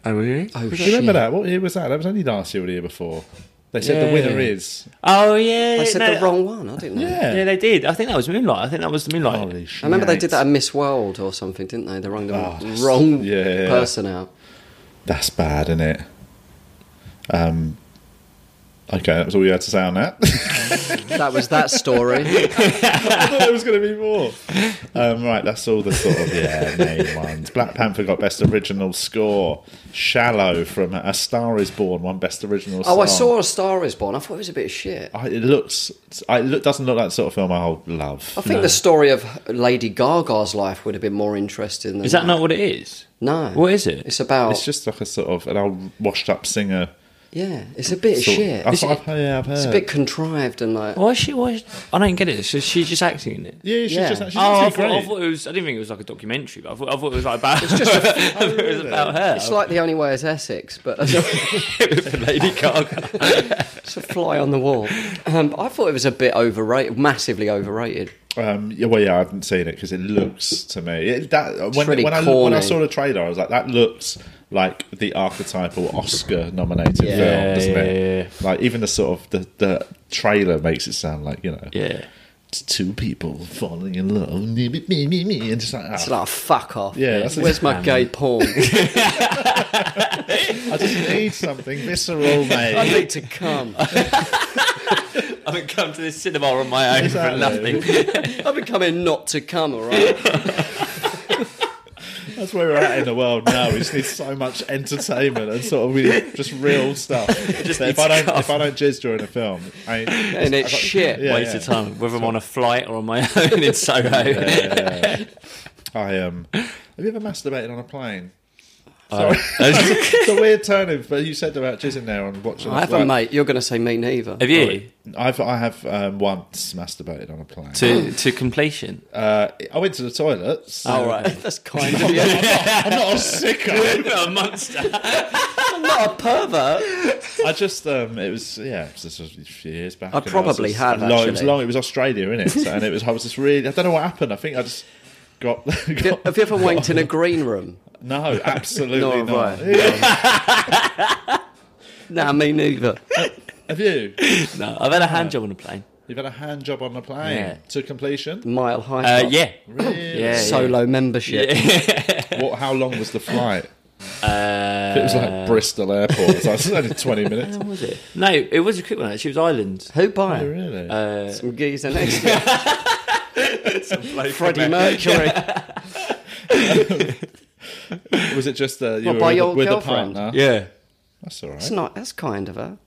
Speaker 5: Oh really?
Speaker 4: Oh,
Speaker 3: Do
Speaker 4: shit.
Speaker 3: you remember that? What year was that? That was only last year or the year before. They said the
Speaker 5: Yeah.
Speaker 3: winner is.
Speaker 5: Oh yeah.
Speaker 4: I
Speaker 5: yeah,
Speaker 4: said
Speaker 5: no,
Speaker 4: the wrong one. I didn't know.
Speaker 3: Yeah.
Speaker 5: Yeah, they did. I think that was Moonlight. I think that was the Moonlight.
Speaker 3: Holy
Speaker 4: I remember they did
Speaker 3: shite.
Speaker 4: that at Miss World or something, didn't they? They wrung the
Speaker 3: Oh, that's-
Speaker 4: wrong
Speaker 3: yeah.
Speaker 4: person out.
Speaker 3: That's bad, isn't it? Um. Okay, that was all you had to say on that.
Speaker 4: That was that story.
Speaker 3: I thought there was going to be more. Um, right, that's all the sort of yeah main ones. Black Panther got best original score. Shallow from A Star Is Born won best original.
Speaker 4: Oh, I
Speaker 3: song.
Speaker 4: saw A Star Is Born. I thought it was a bit of shit.
Speaker 3: I, it looks. I, it look- doesn't look like the sort of film I'll love.
Speaker 4: I think the story of Lady Gaga's life would have been more interesting. Than
Speaker 5: Is that not what it is?
Speaker 4: No.
Speaker 5: What is it?
Speaker 4: It's about.
Speaker 3: It's just like a sort of an old washed-up singer.
Speaker 4: yeah, it's a bit of
Speaker 3: sort of-
Speaker 4: shit.
Speaker 3: I've,
Speaker 4: It's,
Speaker 3: I've, yeah, I've heard.
Speaker 4: it's a bit contrived and like.
Speaker 5: Why is she? Why? Is, I don't get it. So she's just acting in it.
Speaker 3: yeah, she's
Speaker 4: Yeah.
Speaker 3: just she's
Speaker 5: Oh, I
Speaker 3: actually
Speaker 5: thought, I
Speaker 3: great.
Speaker 5: thought it was. I didn't think it was like a documentary, but I thought, I thought it was like about. It's just it was about her.
Speaker 4: It's like the only way is Essex, but
Speaker 5: Lady Gaga.
Speaker 4: it's a fly on the wall. Um, but I thought it was a bit overrated, massively overrated.
Speaker 3: Um, yeah, well, yeah, I haven't seen it because it looks to me it, that when,
Speaker 4: really
Speaker 3: when, I, when I
Speaker 4: corny.
Speaker 3: saw the trailer, I was like, that looks like the archetypal Oscar-nominated
Speaker 4: Yeah.
Speaker 3: film, doesn't
Speaker 5: Yeah, yeah,
Speaker 3: it? Like even the sort of the, the trailer makes it sound like you know,
Speaker 5: Yeah.
Speaker 3: it's two people falling in love, me, me, me, me, me, and just like,
Speaker 4: It's
Speaker 3: ah,
Speaker 4: like "Oh, fuck off.
Speaker 3: Yeah, that's-
Speaker 4: where's my
Speaker 5: Um,
Speaker 4: gay porn?
Speaker 3: I just need something visceral,
Speaker 4: I
Speaker 3: mate.
Speaker 4: need to come.
Speaker 5: I haven't come to this cinema on my own
Speaker 3: Exactly.
Speaker 5: for nothing.
Speaker 4: I've been coming not to come, all right?
Speaker 3: That's where we're at in the world now. We just need so much entertainment and sort of really just real stuff. That if
Speaker 5: needs
Speaker 3: I don't,
Speaker 5: cover.
Speaker 3: if I don't jizz during a film, I ain't,
Speaker 4: and it's shit.
Speaker 3: Yeah,
Speaker 5: Waste
Speaker 3: yeah.
Speaker 5: of time, whether I'm on a flight or on my own in Soho.
Speaker 3: I um. Have you ever masturbated on a plane? Sorry, it's a weird turn of. But you said about jizzing there on watching. a
Speaker 4: I
Speaker 3: flight.
Speaker 4: haven't, mate. You're going to say me neither.
Speaker 5: Have you
Speaker 3: I've I have um, once masturbated on a plane.
Speaker 5: to to completion?
Speaker 3: Uh, I went to the toilets.
Speaker 4: Oh,
Speaker 5: All right,
Speaker 4: That's kind of you.
Speaker 3: I'm not a sicko.
Speaker 5: a monster.
Speaker 4: I'm not a pervert.
Speaker 3: I just um, it was yeah, it was just a few years back.
Speaker 4: I
Speaker 3: and
Speaker 4: probably
Speaker 3: was just-
Speaker 4: have,
Speaker 3: Long, it was
Speaker 4: actually.
Speaker 3: long. It was Australia, innit? So, and it was I was just really. I don't know what happened. I think I just got. got
Speaker 4: Have you ever wanked in a green room?
Speaker 3: no,
Speaker 4: Nor
Speaker 3: absolutely
Speaker 4: have
Speaker 3: not.
Speaker 4: I. Nah, me neither.
Speaker 3: Have you?
Speaker 5: No, I've had a hand job on a plane.
Speaker 3: You've had a hand job on the plane
Speaker 5: Yeah.
Speaker 3: to completion.
Speaker 4: Mile high.
Speaker 5: Uh,
Speaker 4: Club.
Speaker 5: yeah,
Speaker 3: Really?
Speaker 5: yeah,
Speaker 4: Solo membership.
Speaker 3: What? How long was the flight?
Speaker 5: yeah. Uh,
Speaker 3: It was like Bristol Airport. It's like, it's only twenty minutes.
Speaker 5: What was it? No, it was a quick one. Actually, it was Ireland.
Speaker 4: Who buying?
Speaker 3: Really?
Speaker 5: Uh,
Speaker 4: Some geezer next to you. Freddie Mercury.
Speaker 3: was it just uh, you
Speaker 4: Well,
Speaker 3: were
Speaker 4: by
Speaker 3: with, a-
Speaker 4: your
Speaker 3: with a
Speaker 4: girlfriend.
Speaker 3: partner?
Speaker 5: Yeah,
Speaker 3: That's all right.
Speaker 4: That's not. That's kind of her.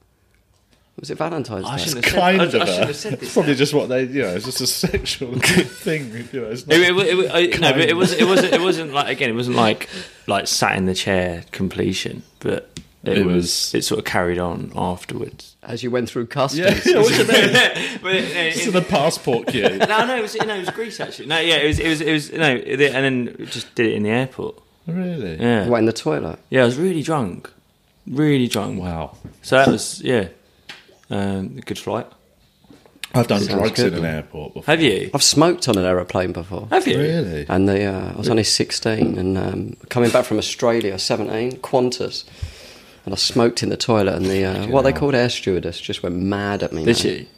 Speaker 4: Was it Valentine's
Speaker 5: I
Speaker 4: Day?
Speaker 5: shouldn't have said.
Speaker 3: kind
Speaker 5: I,
Speaker 3: of
Speaker 5: I
Speaker 3: a-
Speaker 5: shouldn't have said
Speaker 3: It's
Speaker 5: this.
Speaker 3: probably just what they, you know, it's just a sexual thing. You know, it's not,
Speaker 5: It, it, it, it, I- no, but
Speaker 3: Kind.
Speaker 5: it was it wasn't it wasn't like again it wasn't like like sat in the chair completion, but it,
Speaker 3: It
Speaker 5: was,
Speaker 3: was-
Speaker 5: it sort of carried on afterwards.
Speaker 4: As you went through
Speaker 3: yeah,
Speaker 4: customs.
Speaker 3: yeah, what you
Speaker 5: but
Speaker 3: mean?
Speaker 5: it,
Speaker 3: It's in a passport queue.
Speaker 5: no, no, it was no, it was Greece actually. No, yeah, it was it was it was no, it- and then just did it in the airport.
Speaker 3: Really?
Speaker 5: Yeah,
Speaker 4: Went in the toilet.
Speaker 5: yeah, I was really drunk, really drunk.
Speaker 3: Wow.
Speaker 5: So that was yeah, um, a good flight.
Speaker 3: I've done
Speaker 4: Sounds
Speaker 3: drugs
Speaker 4: good,
Speaker 3: in an
Speaker 4: man.
Speaker 3: airport before.
Speaker 5: Have you?
Speaker 4: I've smoked on an aeroplane before.
Speaker 5: Have you?
Speaker 3: Really?
Speaker 4: And the, uh, I was only 16 and um, coming back from Australia, 17, Qantas. And I smoked in the toilet and the, uh, what they called air stewardess just went mad at me.
Speaker 5: Did
Speaker 4: mate.
Speaker 5: she?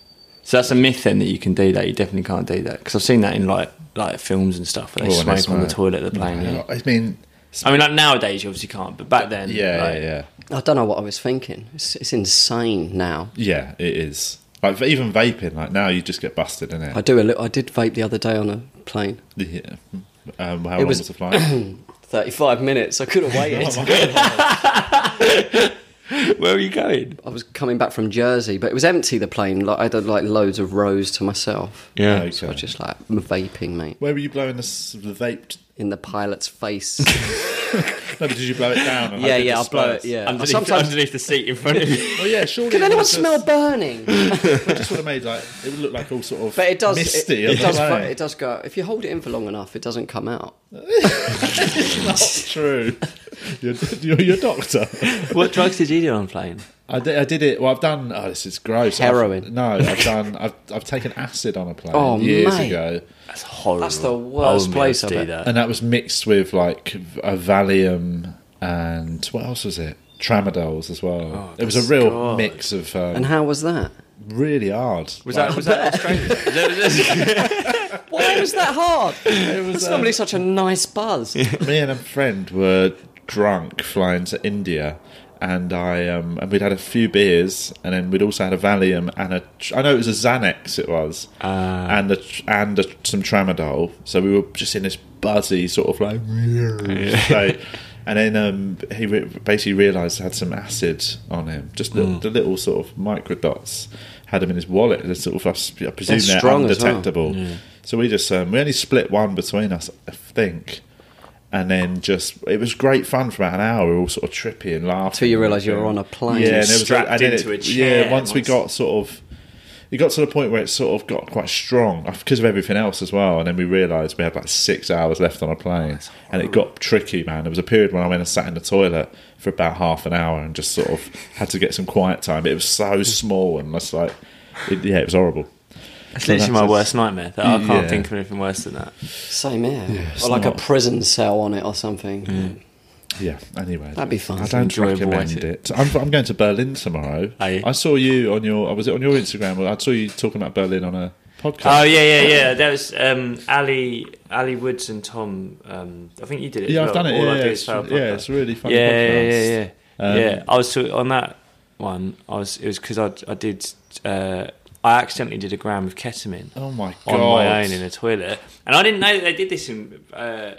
Speaker 5: So that's a myth then that you can do that. You definitely can't do that because I've seen that in like like films and stuff where they
Speaker 3: Oh, and
Speaker 5: smoke
Speaker 3: they
Speaker 5: on the
Speaker 3: smoke.
Speaker 5: toilet at the plane. yeah.
Speaker 3: I mean,
Speaker 5: I mean, like nowadays you obviously can't, but back then,
Speaker 3: yeah,
Speaker 5: like,
Speaker 3: yeah, yeah.
Speaker 4: I don't know what I was thinking. It's, it's insane now.
Speaker 3: Yeah, it is. Like even vaping, like now you just get busted in
Speaker 4: I
Speaker 3: it.
Speaker 4: do a little, I did vape the other day on a plane.
Speaker 3: Yeah. Um, how
Speaker 4: It
Speaker 3: long was,
Speaker 4: was-
Speaker 3: the flight?
Speaker 4: 35 minutes. I could have waited.
Speaker 3: Oh my God.
Speaker 5: Where are you going?
Speaker 4: I was coming back from Jersey, but it was empty. The plane, like I had uh, like loads of rows to myself.
Speaker 5: Yeah.
Speaker 3: Oh, Okay.
Speaker 4: So I was just like vaping, mate,
Speaker 3: Where were you blowing the, s- the vape?
Speaker 4: in the pilot's face.
Speaker 3: No, but did you blow it down? and, like,
Speaker 4: yeah, yeah, I'll
Speaker 3: disperse?
Speaker 4: blow it. Yeah,
Speaker 5: Underneath,
Speaker 4: sometimes.
Speaker 5: underneath the seat in front of you.
Speaker 3: Well, yeah, surely.
Speaker 4: Can
Speaker 3: it
Speaker 4: anyone
Speaker 3: was just-
Speaker 4: smell burning? but
Speaker 3: It just would have made like it would look like all sort of.
Speaker 4: it does.
Speaker 3: misty.
Speaker 4: it,
Speaker 3: on
Speaker 4: it
Speaker 3: the
Speaker 4: does.
Speaker 3: plane.
Speaker 4: fu- It does go. If you hold it in for long enough, it doesn't come out.
Speaker 3: True. You're, you're your doctor.
Speaker 5: what drugs did you do on plane?
Speaker 3: I did, I did it. Well, I've done. Oh, this is gross.
Speaker 4: Heroin.
Speaker 3: I've, no, I've done. I've, I've taken acid on a plane
Speaker 4: Oh,
Speaker 3: years
Speaker 4: mate.
Speaker 3: ago,
Speaker 5: That's horrible.
Speaker 4: That's the
Speaker 5: I wouldn't
Speaker 4: worst
Speaker 5: be
Speaker 4: place
Speaker 5: able to
Speaker 4: I've
Speaker 5: do
Speaker 4: been.
Speaker 5: that.
Speaker 3: and that was mixed with like a Valium and what else was it? Tramadols as well.
Speaker 4: Oh,
Speaker 3: it was a real
Speaker 5: God.
Speaker 3: mix of um,
Speaker 4: And how was that?
Speaker 3: really hard.
Speaker 5: Was that was that Australia? Was that-
Speaker 4: Why was that hard?
Speaker 3: It was,
Speaker 4: It's
Speaker 3: uh,
Speaker 4: normally such a nice buzz.
Speaker 3: me and a friend were drunk flying to India, and I um, and we'd had a few beers, and then we'd also had a Valium and a tr- I know it was a Xanax, it was,
Speaker 4: Ah.
Speaker 3: and a, tr- and a, some tramadol. So we were just in this buzzy sort of like, state. and then um, he re- basically realised I had some acid on him, just the,
Speaker 4: Hmm.
Speaker 3: the little sort of micro dots. Had him in his wallet. and Sort of, I s- I presume
Speaker 4: They're
Speaker 3: they're,
Speaker 4: strong as well.
Speaker 3: undetectable. So we just um, we only split one between us, I think and then just it was great fun for about an hour. We were all sort of trippy and laughing
Speaker 4: Till you realise you were on a plane.
Speaker 3: Yeah, and it was
Speaker 5: Strapped
Speaker 3: and then
Speaker 5: into
Speaker 3: it-
Speaker 5: a chair
Speaker 3: Yeah, once we
Speaker 5: once-
Speaker 3: got sort of. It got to the point where it sort of got quite strong because of everything else as well, and then we realised we had like six hours left on a plane, and it got tricky, man. There was a period when I went and sat in the toilet for about half an hour and just sort of had to get some quiet time. It was so small and just like, it, yeah, it was horrible.
Speaker 5: That's literally my
Speaker 3: That's-
Speaker 5: worst nightmare. That- I can't
Speaker 3: Yeah.
Speaker 5: think of anything worse than that.
Speaker 4: Same here. or like
Speaker 3: not-
Speaker 4: a prison cell on it or something.
Speaker 3: Yeah. Anyway,
Speaker 4: That'd be fun.
Speaker 3: I don't
Speaker 5: Enjoyable,
Speaker 3: recommend
Speaker 5: isn't
Speaker 3: it. I'm, I'm going to Berlin tomorrow.
Speaker 5: Aye.
Speaker 3: I saw you on your. Was it on your Instagram? I saw you talking about Berlin on a
Speaker 5: Oh
Speaker 3: podcast.
Speaker 5: yeah, yeah, yeah. That was um, Ali, Ali Woods and Tom. Um, I think you did it. as
Speaker 3: yeah, I've
Speaker 5: well.
Speaker 3: done it.
Speaker 5: All
Speaker 3: Yeah,
Speaker 5: I
Speaker 3: yeah,
Speaker 5: do
Speaker 3: it's,
Speaker 5: is fail
Speaker 3: yeah,
Speaker 5: podcast.
Speaker 3: it's a really fun.
Speaker 5: yeah,
Speaker 3: podcast.
Speaker 5: yeah, yeah, yeah.
Speaker 3: Um,
Speaker 5: yeah. I was so, on that one. I was. It was because I I did. Uh, I accidentally did a gram of ketamine
Speaker 3: Oh my god!
Speaker 5: on my own in a toilet, and I didn't know that they did this in. Uh,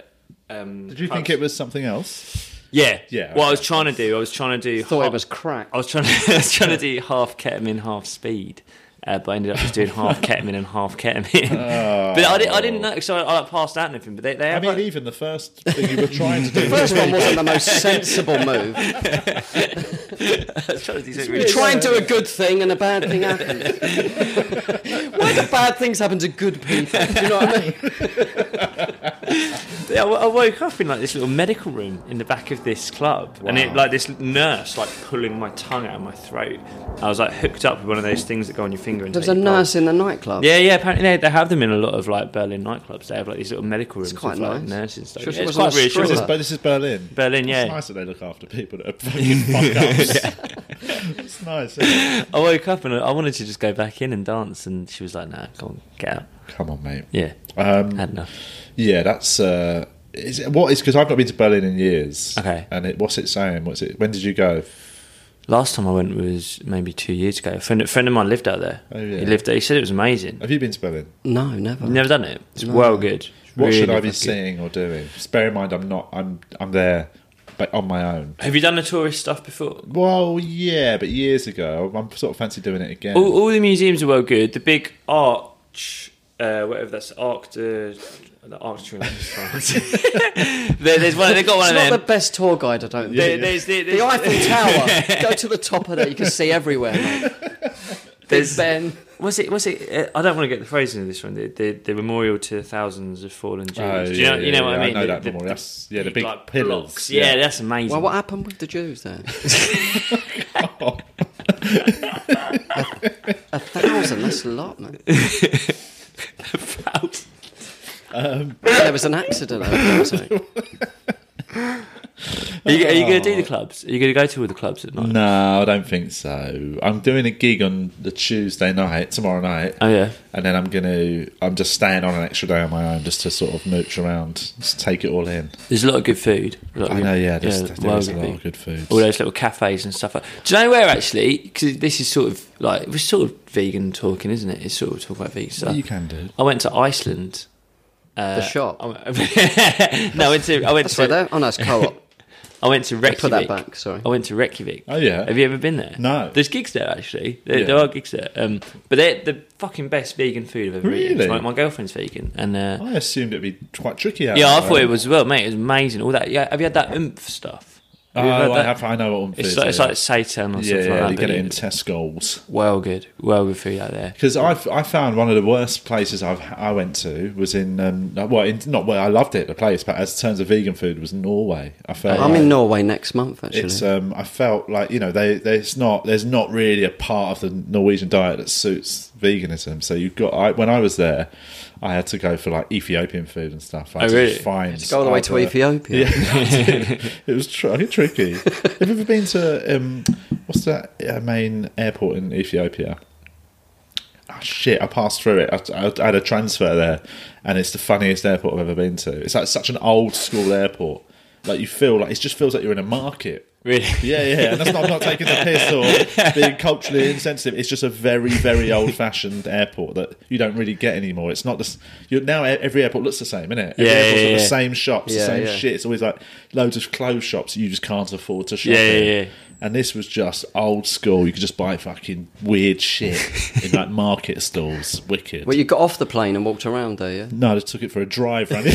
Speaker 5: Um,
Speaker 3: Did you think it was something else?
Speaker 5: Yeah,
Speaker 3: Yeah,
Speaker 5: What I
Speaker 3: okay.
Speaker 5: was trying to do, I was trying to do.
Speaker 4: Thought
Speaker 5: half-
Speaker 4: it was crack.
Speaker 5: I was trying to, I was trying to do half ketamine, half speed, uh, but I ended up just doing half ketamine and half ketamine. But I, did, I didn't know, so I, I like, passed out and everything. But they, they
Speaker 3: Oh. I
Speaker 5: have
Speaker 3: mean,
Speaker 5: like-
Speaker 3: even the first thing you were trying to do.
Speaker 4: First one wasn't the most sensible move.
Speaker 5: I was trying to do something
Speaker 4: You
Speaker 5: really
Speaker 4: try and do a good thing, and a bad thing happens. Why do bad things happen to good people? Do you know what I mean?
Speaker 5: Yeah, I w- I woke up in like this little medical room in the back of this club, and it like this nurse like pulling my tongue out of my throat. I was like hooked up with one of those things that go on your finger. And
Speaker 4: There was a
Speaker 5: take your pulse.
Speaker 4: nurse in the nightclub.
Speaker 5: Yeah, yeah. Apparently they, they have them in a lot of like Berlin nightclubs. They have like these little medical rooms
Speaker 4: quite
Speaker 5: with like
Speaker 4: nice.
Speaker 5: nurses and stuff.
Speaker 4: Sure she
Speaker 5: Yeah, it's
Speaker 4: wasn't
Speaker 5: quite
Speaker 4: a
Speaker 3: This is,
Speaker 5: reassuring.
Speaker 4: stripper.
Speaker 3: but this is Berlin.
Speaker 5: Berlin,
Speaker 3: It's
Speaker 5: yeah.
Speaker 3: nice that they look after people that are fucking fuck ups. it's nice. isn't it?
Speaker 5: I woke up and I wanted to just go back in and dance, and she was like, "Nah, come on, get out."
Speaker 3: Come on, mate.
Speaker 5: Yeah,
Speaker 3: Um,
Speaker 5: had enough.
Speaker 3: yeah, that's. Uh, is it, what is because I've not been to Berlin in years.
Speaker 5: Okay.
Speaker 3: And it, what's it saying? What's it? When did you go?
Speaker 5: Last time I went was maybe two years ago. A friend, a friend of mine lived out there.
Speaker 3: Oh, yeah.
Speaker 5: He lived there. He said it was amazing.
Speaker 3: Have you been to Berlin?
Speaker 4: No, never.
Speaker 5: Never done it. It's well good. It's
Speaker 3: What should
Speaker 5: really
Speaker 3: I be
Speaker 5: fucking-
Speaker 3: seeing or doing? Just bear in mind, I'm not. I'm. I'm there, but on my own.
Speaker 5: Have you done the tourist stuff before?
Speaker 3: Well, yeah, but years ago, I'm sort of fancy doing it again.
Speaker 5: All, all the museums are well good. The big arch, uh, whatever that's arc de, the arch. there, there's one. They got one
Speaker 4: It's
Speaker 5: of
Speaker 4: not
Speaker 5: them.
Speaker 4: the best tour guide, I don't
Speaker 5: There-
Speaker 4: think.
Speaker 5: There's the,
Speaker 4: The
Speaker 5: there's-
Speaker 4: Eiffel Tower. Go to the top of that. You can see everywhere. Mate. Big
Speaker 5: There's-
Speaker 4: Ben.
Speaker 5: Was it? Was it? Uh, I don't want to get the phrasing of this one. The, the, the memorial to thousands of fallen Jews.
Speaker 3: Oh,
Speaker 5: Do you
Speaker 3: yeah,
Speaker 5: know, you know
Speaker 3: yeah,
Speaker 5: what
Speaker 3: yeah, I
Speaker 5: I mean?
Speaker 3: know
Speaker 5: The-
Speaker 3: that
Speaker 5: the-
Speaker 3: memorial.
Speaker 5: the
Speaker 3: That's- yeah, the big
Speaker 5: like,
Speaker 3: pillars.
Speaker 5: blocks. Yeah,
Speaker 3: Yeah.
Speaker 5: that's amazing.
Speaker 4: Well, what happened with the Jews there? A thousand. That's a lot, man. There was an accident. I think, wasn't it?
Speaker 5: are you, are you going to do the clubs? Are you going to go to all the clubs at night?
Speaker 3: No, I don't think so. I'm doing a gig on the Tuesday night, tomorrow night,
Speaker 5: Oh yeah.
Speaker 3: and then I'm gonna. I'm just staying on an extra day on my own just to sort of mooch around, just take it all in.
Speaker 5: There's a lot of good food. A lot of
Speaker 3: I
Speaker 5: good-
Speaker 3: know, yeah, there's,
Speaker 5: well
Speaker 3: there's a
Speaker 5: good
Speaker 3: lot
Speaker 5: food.
Speaker 3: of good food.
Speaker 5: all those little cafes and stuff. Do you know where actually? Because this is sort of like it was sort of vegan talking, isn't it? It's sort of talk about vegan stuff.
Speaker 3: you can do.
Speaker 5: I went to Iceland. Uh,
Speaker 4: The shop?
Speaker 5: I went- no, I went to I went
Speaker 4: That's right
Speaker 5: to
Speaker 4: there. Oh no, it's co-op.
Speaker 5: I went to Reykjavik.
Speaker 4: Put that back. Sorry.
Speaker 5: I went to Reykjavik.
Speaker 3: Oh, yeah.
Speaker 5: Have you ever been there?
Speaker 3: No.
Speaker 5: There's gigs there actually. There,
Speaker 3: Yeah.
Speaker 5: there are gigs there. Um, but they're the fucking best vegan food I've ever eaten.
Speaker 3: Really?
Speaker 5: Like my girlfriend's vegan, and uh,
Speaker 3: I assumed it'd be quite tricky. Out
Speaker 5: yeah, I
Speaker 3: there.
Speaker 5: thought it was well, mate. It was amazing. All that. Yeah. Have you had that oomph stuff?
Speaker 3: Oh,
Speaker 5: you had
Speaker 3: I
Speaker 5: that?
Speaker 3: have. I know what
Speaker 5: It's like, it's like seitan or
Speaker 3: yeah,
Speaker 5: something
Speaker 3: yeah,
Speaker 5: like
Speaker 3: you
Speaker 5: that.
Speaker 3: get
Speaker 5: but
Speaker 3: it
Speaker 5: yeah,
Speaker 3: in Tesco's.
Speaker 5: Well good, well good food out there.
Speaker 3: Because I I found one of the worst places I've I went to was in um, well in, not where I loved it the place but as terms of vegan food was Norway. I
Speaker 5: Oh,
Speaker 3: felt
Speaker 4: I'm
Speaker 3: like
Speaker 4: in Norway next month. Actually,
Speaker 3: it's
Speaker 5: uh,
Speaker 3: um I felt like you know they there's not there's not really a part of the Norwegian diet that suits veganism. So you've got I, when I was there, I had to go for like Ethiopian food and stuff. I had
Speaker 5: Oh,
Speaker 3: to
Speaker 5: really?
Speaker 3: find
Speaker 4: go all the way to
Speaker 3: other-
Speaker 5: uh,
Speaker 4: Ethiopia.
Speaker 3: it was tr- tricky. Have you ever been to um, what's that uh, main airport in Ethiopia? Ah shit! I passed through it. I, I, I had a transfer there, and it's the funniest airport I've ever been to. It's like such an old school airport. Like you feel like it just feels like you're in a market.
Speaker 5: Really?
Speaker 3: Yeah, yeah, and that's not, I'm not taking the piss or being culturally insensitive. It's just a very, very old-fashioned airport that you don't really get anymore. It's not just you're, now e- every airport looks the same, isn't it? Every
Speaker 5: Yeah, yeah,
Speaker 3: airport's got the
Speaker 5: yeah.
Speaker 3: same shops, the
Speaker 4: Yeah,
Speaker 3: same
Speaker 4: yeah.
Speaker 3: shit. It's always like loads of clothes shops you just can't afford to shop.
Speaker 5: Yeah, yeah,
Speaker 3: in.
Speaker 5: yeah.
Speaker 3: And this was just old school. You could just buy fucking weird shit in like market stalls. Wicked.
Speaker 4: Well, you got off the plane and walked around there, yeah?
Speaker 3: no, I just took it for a drive round.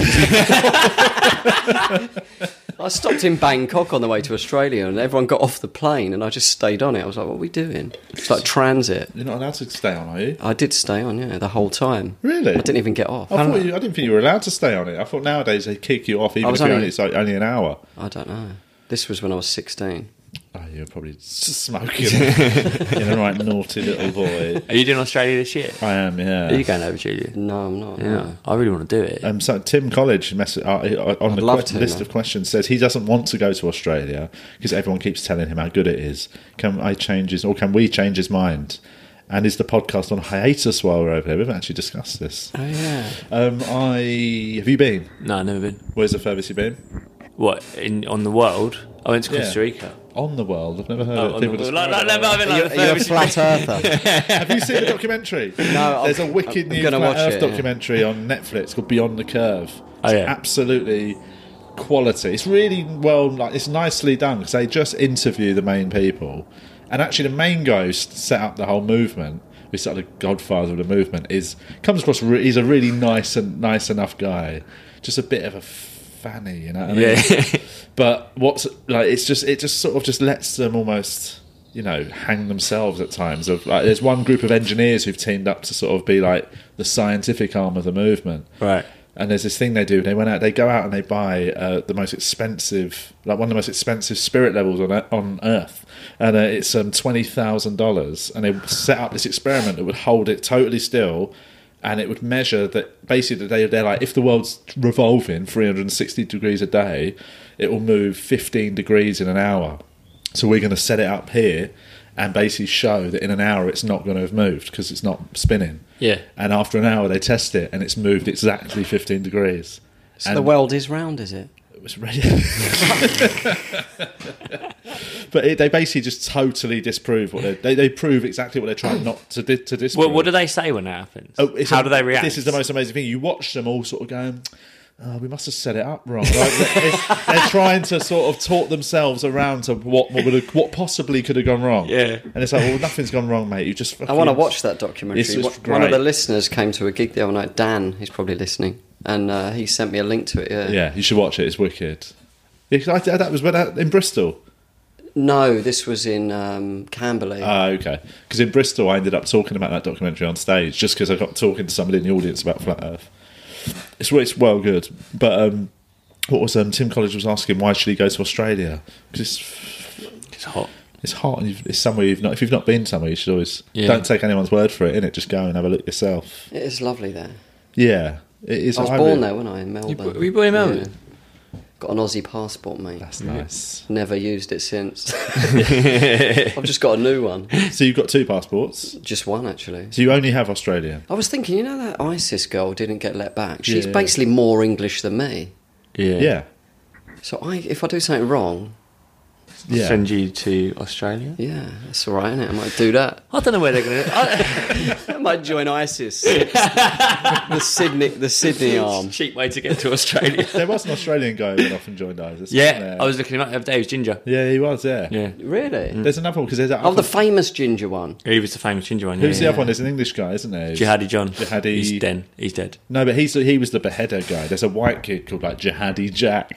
Speaker 4: I stopped in Bangkok on the way to Australia and everyone got off the plane and I just stayed on it. I was like, what are we doing? It's like transit.
Speaker 3: You're not allowed to stay on, are you?
Speaker 4: I did stay on, yeah, the whole time.
Speaker 3: Really?
Speaker 4: I didn't even get off.
Speaker 3: I thought you, I didn't think you were allowed to stay on it. I thought nowadays they kick you off even if
Speaker 4: was
Speaker 3: you're
Speaker 4: only-
Speaker 3: only, it's like only an hour.
Speaker 4: I don't know. This was when I was 16.
Speaker 3: Oh, you're probably s- smoking in a right naughty little boy.
Speaker 5: Are you doing Australia this year?
Speaker 3: I am,
Speaker 5: Are you
Speaker 3: yeah.
Speaker 5: going over, Julia?
Speaker 4: No, I'm not.
Speaker 5: Yeah,
Speaker 4: no.
Speaker 5: I really want to do it.
Speaker 3: Um, so Tim College mess- uh, uh, on the
Speaker 4: love
Speaker 3: quest-
Speaker 4: to,
Speaker 3: list
Speaker 4: man.
Speaker 3: of questions says he doesn't want to go to Australia because everyone keeps telling him how good it is. Can I change his or can we change his mind? And is the podcast on hiatus while we're over there? We haven't actually discussed this.
Speaker 4: Oh, yeah.
Speaker 3: Um, I have you been?
Speaker 5: no, I've never been.
Speaker 3: Where's the furthest you've been?
Speaker 5: What in on the world? I went to
Speaker 3: Yeah.
Speaker 5: Costa Rica.
Speaker 3: On the world. I've never heard
Speaker 5: Oh,
Speaker 3: of
Speaker 5: on
Speaker 3: people
Speaker 5: the world.
Speaker 3: describe
Speaker 5: Like- like-
Speaker 3: it
Speaker 5: like-
Speaker 3: like
Speaker 5: like-
Speaker 3: that.
Speaker 5: like the
Speaker 4: You're a
Speaker 5: furthest-
Speaker 4: flat earther.
Speaker 3: Have you seen the documentary?
Speaker 4: No, I'm-
Speaker 3: There's a wicked
Speaker 4: I'm
Speaker 3: new
Speaker 4: gonna
Speaker 3: Flat
Speaker 4: watch
Speaker 3: Earth
Speaker 4: it, yeah.
Speaker 3: documentary on Netflix called Beyond the Curve.
Speaker 5: Oh,
Speaker 3: It's
Speaker 5: yeah.
Speaker 3: absolutely quality. It's really well, like it's nicely done because they just interview the main people, and actually the main guy who s- set up the whole movement, who's sort of the godfather of the movement, is comes across. Re- he's a really nice and nice enough guy, just a bit of a fanny, you know. What I mean?
Speaker 5: Yeah.
Speaker 3: but what's like it's just it just sort of just lets them almost you know hang themselves at times of like there's one group of engineers who've teamed up to sort of be like the scientific arm of the movement
Speaker 5: Right.
Speaker 3: and there's this thing they do they went out they go out and they buy uh, the most expensive like one of the most expensive spirit levels on Ear- on earth and uh, it's um $20,000 and they set up this experiment that would hold it totally still and it would measure that basically they, they're like if the world's revolving 360 degrees a day it will move 15 degrees in an hour so we're going to set it up here and basically show that in an hour it's not going to have moved because it's not spinning
Speaker 5: Yeah.
Speaker 3: and after an hour they test it and it's moved exactly 15 degrees
Speaker 4: So
Speaker 3: and
Speaker 4: the world is round, is it?
Speaker 3: it was ready but it, they basically just totally disprove what they, they they prove exactly what they're trying not to di- to disprove
Speaker 5: Well, what do they say when that happens?
Speaker 3: Oh, it's
Speaker 5: How
Speaker 3: a-
Speaker 5: do they react?
Speaker 3: This is the most amazing thing. You watch them all sort of going, oh, we must have set it up wrong. Like, it's- they're trying to sort of talk themselves around to what what, would have, what possibly could have gone wrong.
Speaker 5: Yeah.
Speaker 3: And it's like, well, nothing's gone wrong, mate. You just.
Speaker 4: I want to watch that documentary.
Speaker 3: This was
Speaker 4: One- One of the
Speaker 3: great.
Speaker 4: listeners came to a gig the other night. Dan, he's probably listening, and uh, he sent me a link to it. Yeah.
Speaker 3: Yeah, you should watch it. It's wicked. Yeah, 'cause I, that was when I, in Bristol.
Speaker 4: No, this was in um, Camberley.
Speaker 3: Ah, okay. Because in Bristol, I ended up talking about that documentary on stage just because I got talking to somebody in the audience about flat Earth. It's it's well good, but um, what was um, Tim College was asking why should he go to Australia? Because it's
Speaker 5: It's hot.
Speaker 3: it's hot and you've, it's somewhere you've not if you've not been somewhere you should always
Speaker 5: Yeah.
Speaker 3: don't take anyone's word for it in it just go and have a look yourself
Speaker 4: it is lovely there.
Speaker 3: yeah it is
Speaker 4: I was
Speaker 3: I
Speaker 4: born
Speaker 3: really-
Speaker 4: there, wasn't I? In Melbourne.
Speaker 5: were you born in Melbourne?
Speaker 4: Yeah. Got an Aussie passport, mate.
Speaker 3: that's nice
Speaker 4: Never used it since. I've just got a new one.
Speaker 3: so you've got two passports
Speaker 4: Just one, actually.
Speaker 3: so you only have Australian
Speaker 4: I was thinking, you know, that ISIS girl didn't get let back. She's
Speaker 3: Yeah.
Speaker 4: basically more English than me.
Speaker 5: Yeah.
Speaker 3: yeah
Speaker 4: So I, if I do something wrong,
Speaker 3: yeah,
Speaker 5: Send you to Australia.
Speaker 4: yeah, that's all right, innit? I might do that.
Speaker 5: I don't know where they're going to.
Speaker 4: I might join ISIS. the Sydney, the Sydney arm.
Speaker 5: cheap way to get to Australia.
Speaker 3: there was an Australian guy who went off and joined ISIS wasn't
Speaker 5: yeah.
Speaker 3: there?
Speaker 5: I was looking him up the other day. It was Ginger.
Speaker 3: yeah he was yeah,
Speaker 5: Yeah.
Speaker 4: Really?
Speaker 3: there's another one because there's that
Speaker 4: Oh,
Speaker 3: other,
Speaker 4: the famous ginger one.
Speaker 5: He was the famous Ginger one.
Speaker 3: who's
Speaker 5: yeah,
Speaker 3: the other one there's an English guy isn't there Who's-
Speaker 5: yeah. Jihadi John.
Speaker 3: Jihadi-
Speaker 5: He's dead. He's dead.
Speaker 3: no but he's he was the beheader guy there's a white kid called like Jihadi Jack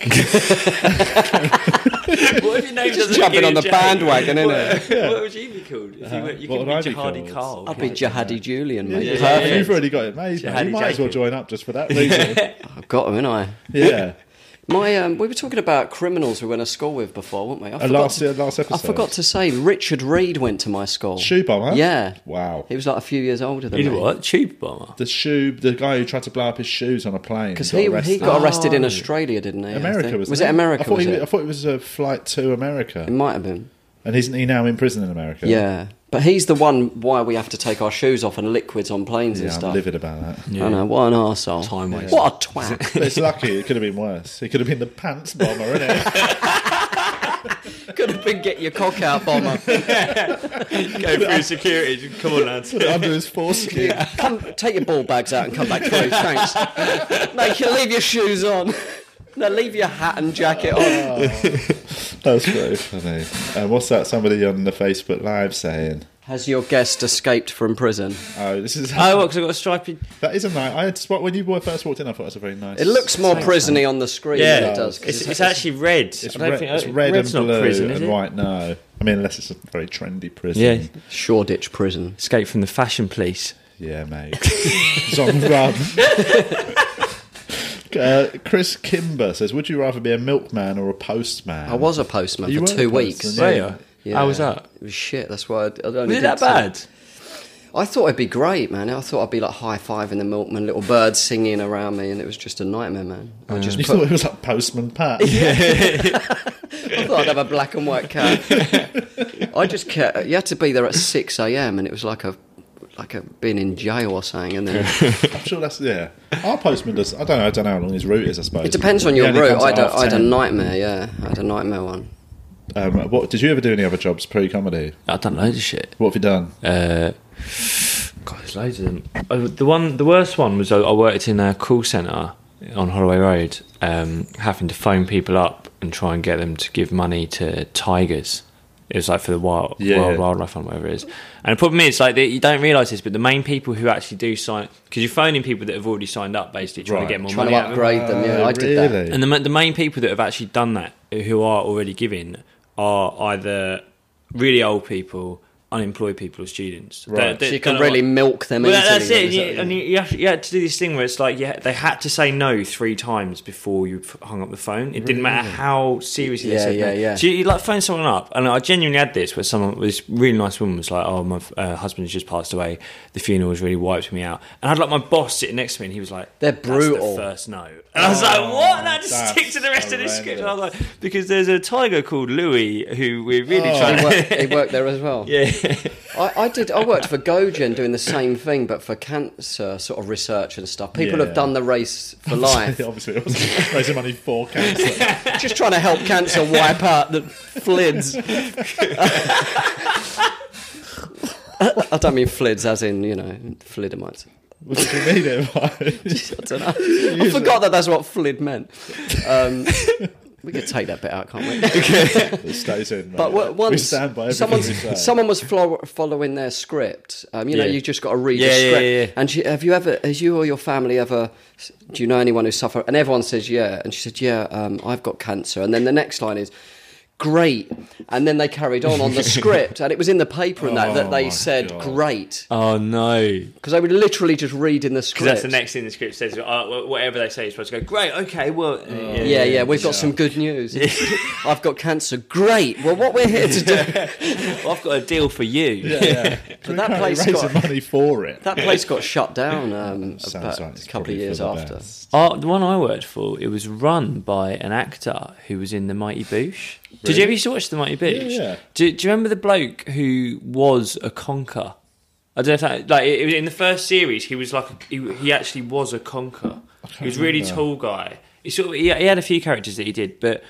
Speaker 5: What if your name
Speaker 4: Just jumping on the bandwagon, innit?
Speaker 5: What would you be called? If you, were, you
Speaker 3: Uh-huh. What
Speaker 5: could be
Speaker 3: would I be
Speaker 5: Jihadi Carl.
Speaker 3: called?
Speaker 4: I'd be Jihadi Julian, mate.
Speaker 5: yeah,
Speaker 3: you've already got it made mate.
Speaker 5: Jihadi
Speaker 3: you might as well
Speaker 5: Jack.
Speaker 3: join up just for that reason
Speaker 4: I've got him, innit? I?
Speaker 3: yeah
Speaker 4: My, um, we were talking about criminals we went to school with before, weren't we? I
Speaker 3: Uh, last,
Speaker 4: to,
Speaker 3: uh, last episode
Speaker 4: I forgot to say, Richard Reed went to my school.
Speaker 3: Shoe bomber?
Speaker 4: Yeah.
Speaker 3: Wow.
Speaker 4: He was like a few years older than
Speaker 5: You
Speaker 4: me.
Speaker 5: know what? Tube bomber.
Speaker 3: The shoe, the guy who tried to blow up his shoes on a plane.
Speaker 4: Because
Speaker 3: got
Speaker 4: he, he
Speaker 3: arrested. Ah. Oh.
Speaker 4: got arrested in Australia, didn't he? I
Speaker 3: America
Speaker 4: think?
Speaker 3: was
Speaker 4: was it America?
Speaker 3: I thought,
Speaker 4: was
Speaker 3: he,
Speaker 4: it?
Speaker 3: I thought it was a flight to
Speaker 4: It
Speaker 3: America.
Speaker 4: might have been.
Speaker 3: And isn't he now in prison in America?
Speaker 4: Yeah. But he's the one why we have to take our shoes off and liquids on planes
Speaker 3: Yeah,
Speaker 4: and
Speaker 3: I'm
Speaker 4: stuff.
Speaker 3: livid about that.
Speaker 4: I know, what an arsehole.
Speaker 5: Time waster.
Speaker 4: What a twat.
Speaker 3: But it's lucky. It could have been worse. It could have been the pants bomber, innit?
Speaker 4: Could have been get your cock out, bomber.
Speaker 5: Go through security. Come on, lads.
Speaker 3: Under his foreskin.
Speaker 4: come, take your ball bags out and come back through, thanks. Make you leave your shoes on. No, leave your hat and jacket on.
Speaker 3: That's very funny. And what's that? Somebody on the Facebook Live saying,
Speaker 4: Has your guest escaped from prison?
Speaker 3: "Oh, this is
Speaker 5: Oh, what? Because I got a striped.
Speaker 3: that is a nice." I had spot when you were first walked in. I thought it was a very nice.
Speaker 4: It looks more prisony on the screen
Speaker 5: Yeah,
Speaker 4: than it does. 'cause
Speaker 5: It's, it's actually red.
Speaker 3: It's red, it's red and blue and white. No, I mean unless it's a very trendy prison.
Speaker 5: Yeah.
Speaker 4: Shoreditch prison.
Speaker 5: Escape from the fashion police.
Speaker 3: Yeah, mate. it's on the run. Uh, Chris Kimber says, "Would you rather be a milkman or a postman?"
Speaker 4: I was a postman
Speaker 3: You
Speaker 4: for
Speaker 3: were a
Speaker 4: two
Speaker 3: postman,
Speaker 4: weeks.
Speaker 3: yeah. Were
Speaker 5: you? How was that?
Speaker 4: It was shit. That's why I, I only
Speaker 5: Was
Speaker 4: did
Speaker 5: it that
Speaker 4: two.
Speaker 5: bad?
Speaker 4: I thought it'd be great, man. I thought I'd be like high fiving the milkman, little birds singing around me, and it was just a nightmare, man. I just
Speaker 3: You
Speaker 4: put,
Speaker 3: thought it was like Postman Pat.
Speaker 4: I thought I'd have a black and white cat. I just kept. You had to be there at six a.m. and it was like a, like a being in jail or something. And then
Speaker 3: I'm sure that's yeah. Our postman does. I don't know. I don't know how long his route is. I suppose
Speaker 4: it depends on
Speaker 3: He
Speaker 4: your
Speaker 3: only
Speaker 4: route.
Speaker 3: comes
Speaker 4: I
Speaker 3: at
Speaker 4: had, a,
Speaker 3: half
Speaker 4: I had a
Speaker 3: 10.
Speaker 4: nightmare. Yeah, I had a nightmare one.
Speaker 3: Um, what did you ever do? Any other jobs pre-comedy?
Speaker 5: I done loads of shit.
Speaker 3: What have you done?
Speaker 5: Uh, Oh, God, there's loads of them. Uh, the one, the worst one was I, I worked in a call center on Holloway Road, um, having to phone people up and try and get them to give money to tigers. It was like for the wild,
Speaker 3: Yeah.
Speaker 5: World Wildlife Fund, whatever it is. And the problem is, like, they, you don't realise this, but the main people who actually do sign, because you're phoning people that have already signed up, basically trying
Speaker 3: Right.
Speaker 5: to get more
Speaker 4: Trying
Speaker 5: money.
Speaker 4: to
Speaker 5: out of them.
Speaker 4: upgrade them. Yeah, I did that.
Speaker 3: really?
Speaker 5: And the, ma- the main people that have actually done that, who are already giving, are either really old people, unemployed people, or students.
Speaker 3: Right.
Speaker 5: They- they-
Speaker 4: So you can
Speaker 5: they're
Speaker 4: really
Speaker 5: like-
Speaker 4: milk them
Speaker 5: Well,
Speaker 4: into
Speaker 5: that's
Speaker 4: the-
Speaker 5: it. You, and you, you, have, you had to do this thing where it's like, yeah, they had to say no three times before you f- hung up the phone. It didn't matter how seriously
Speaker 4: Yeah,
Speaker 5: they said no.
Speaker 4: yeah, yeah.
Speaker 5: So you, you like phone someone up, and I genuinely had this where someone, this really nice woman, was like, "Oh, my uh, husband's just passed away. The funeral has really wiped me out." And I had like my boss sitting next to me, and he was like,
Speaker 4: They're
Speaker 5: "That's
Speaker 4: brutal."
Speaker 5: the first no, and I was like, "What?" And I
Speaker 3: Oh, that's
Speaker 5: just stick to the rest of the script. And I
Speaker 3: horrendous.
Speaker 5: was like, "Because there's a tiger called Louis who we're really trying
Speaker 4: He
Speaker 5: to."
Speaker 4: worked, he worked there as well.
Speaker 5: Yeah.
Speaker 4: I, I did. I worked for Gojan doing the same thing, but for cancer sort of research and stuff. People
Speaker 3: Yeah.
Speaker 4: have done the race for life,
Speaker 3: Obviously, it was raising money for cancer.
Speaker 4: just trying to help cancer wipe out the flids. I don't mean flids, as in you know flidamites.
Speaker 3: What did you mean it? by?
Speaker 4: I don't know. I forgot that that's what flid meant. Um, we could take that bit out, can't we?
Speaker 3: it stays in. Mate.
Speaker 4: But what- once
Speaker 3: we stand by everything
Speaker 4: someone's-
Speaker 3: we say.
Speaker 4: someone was flo- following their script, um, you know,
Speaker 3: Yeah.
Speaker 4: you just got to read
Speaker 5: Yeah,
Speaker 4: the
Speaker 5: yeah,
Speaker 4: script.
Speaker 5: yeah, yeah.
Speaker 4: And she, have you ever, has you or your family ever, do you know anyone who suffer? And everyone says, yeah. And she said, yeah, um, I've got cancer. And then the next line is, great. And then they carried on on the script. And it was in the paper and that,
Speaker 3: Oh
Speaker 4: that
Speaker 3: my
Speaker 4: they said,
Speaker 3: God.
Speaker 4: great.
Speaker 5: oh no.
Speaker 4: Because they were literally just reading the script.
Speaker 5: Because that's the next thing the script says. Uh, whatever they say, you're supposed to go, great, okay, well. uh,
Speaker 4: Yeah, yeah, we've got some good news. I've got cancer. Great. Well, what we're here to do.
Speaker 5: Well, I've got a deal for you.
Speaker 3: yeah,
Speaker 4: But that place
Speaker 3: raising
Speaker 4: got-
Speaker 3: money for it.
Speaker 4: That place got shut down um, about
Speaker 3: Sounds like it's
Speaker 4: a couple
Speaker 3: probably
Speaker 4: of
Speaker 3: for
Speaker 4: years
Speaker 3: the
Speaker 4: after.
Speaker 3: best.
Speaker 5: Uh, the one I worked for, it was run by an actor who was in The Mighty Boosh. Did you ever used to watch The Mighty Boosh?
Speaker 3: Yeah, yeah.
Speaker 5: Do, do you remember the bloke who was a conker? I don't know if that, like, it, it was in the first series, he was like, a, he, he actually was a conker. He was a really tall guy. He, sort of, he, he had a few characters that he did, but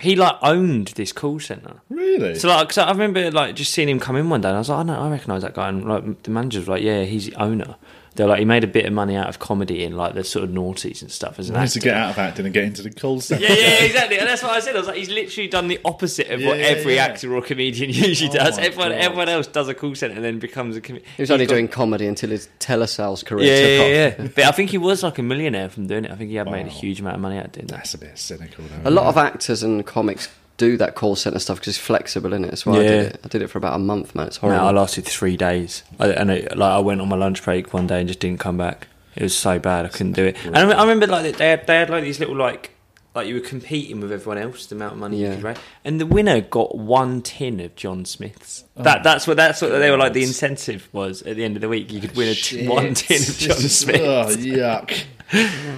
Speaker 5: he, like, owned this call centre.
Speaker 3: Really?
Speaker 5: So like, 'cause I remember like just seeing him come in one day, and I was like, "Oh, I know, I recognise that guy. And like the manager was like, Yeah, he's the owner. They're like, he made a bit of money out of comedy and like the sort of naughties and stuff as an
Speaker 3: Managed to
Speaker 5: actor.
Speaker 3: get out of acting and get into the call centre.
Speaker 5: yeah, yeah, yeah, exactly. And that's what I said. I was like, he's literally done the opposite of what
Speaker 3: Yeah, yeah,
Speaker 5: every
Speaker 3: yeah.
Speaker 5: actor or comedian usually
Speaker 3: Oh
Speaker 5: does.
Speaker 3: my
Speaker 5: Everyone,
Speaker 3: God.
Speaker 5: everyone else does a call centre and then becomes a comedian.
Speaker 4: He was only doing comedy until his telesales career
Speaker 5: Yeah,
Speaker 4: took
Speaker 5: yeah,
Speaker 4: off.
Speaker 5: yeah, yeah. But I think he was like a millionaire from doing it. I think he had made a
Speaker 3: Wow.
Speaker 5: huge amount of money out of doing that.
Speaker 3: That's a bit cynical. Though,
Speaker 4: A lot of actors and comics do that call center stuff because it's flexible in it. That's why I
Speaker 5: Yeah.
Speaker 4: did it. I did it for about a month, man. It's
Speaker 5: No,
Speaker 4: horrible.
Speaker 5: I lasted three days, I, and it, like I went on my lunch break one day and just didn't come back. It was so bad, I couldn't do it. And I, I remember like they had, they had like these little like like you were competing with everyone else the amount of money
Speaker 4: Yeah.
Speaker 5: you could raise, and the winner got one tin of John Smiths.
Speaker 3: Oh
Speaker 5: that that's what that's what they were like. The incentive was at the end of the week you could win a t- one tin of John Smith.
Speaker 3: Oh, yuck.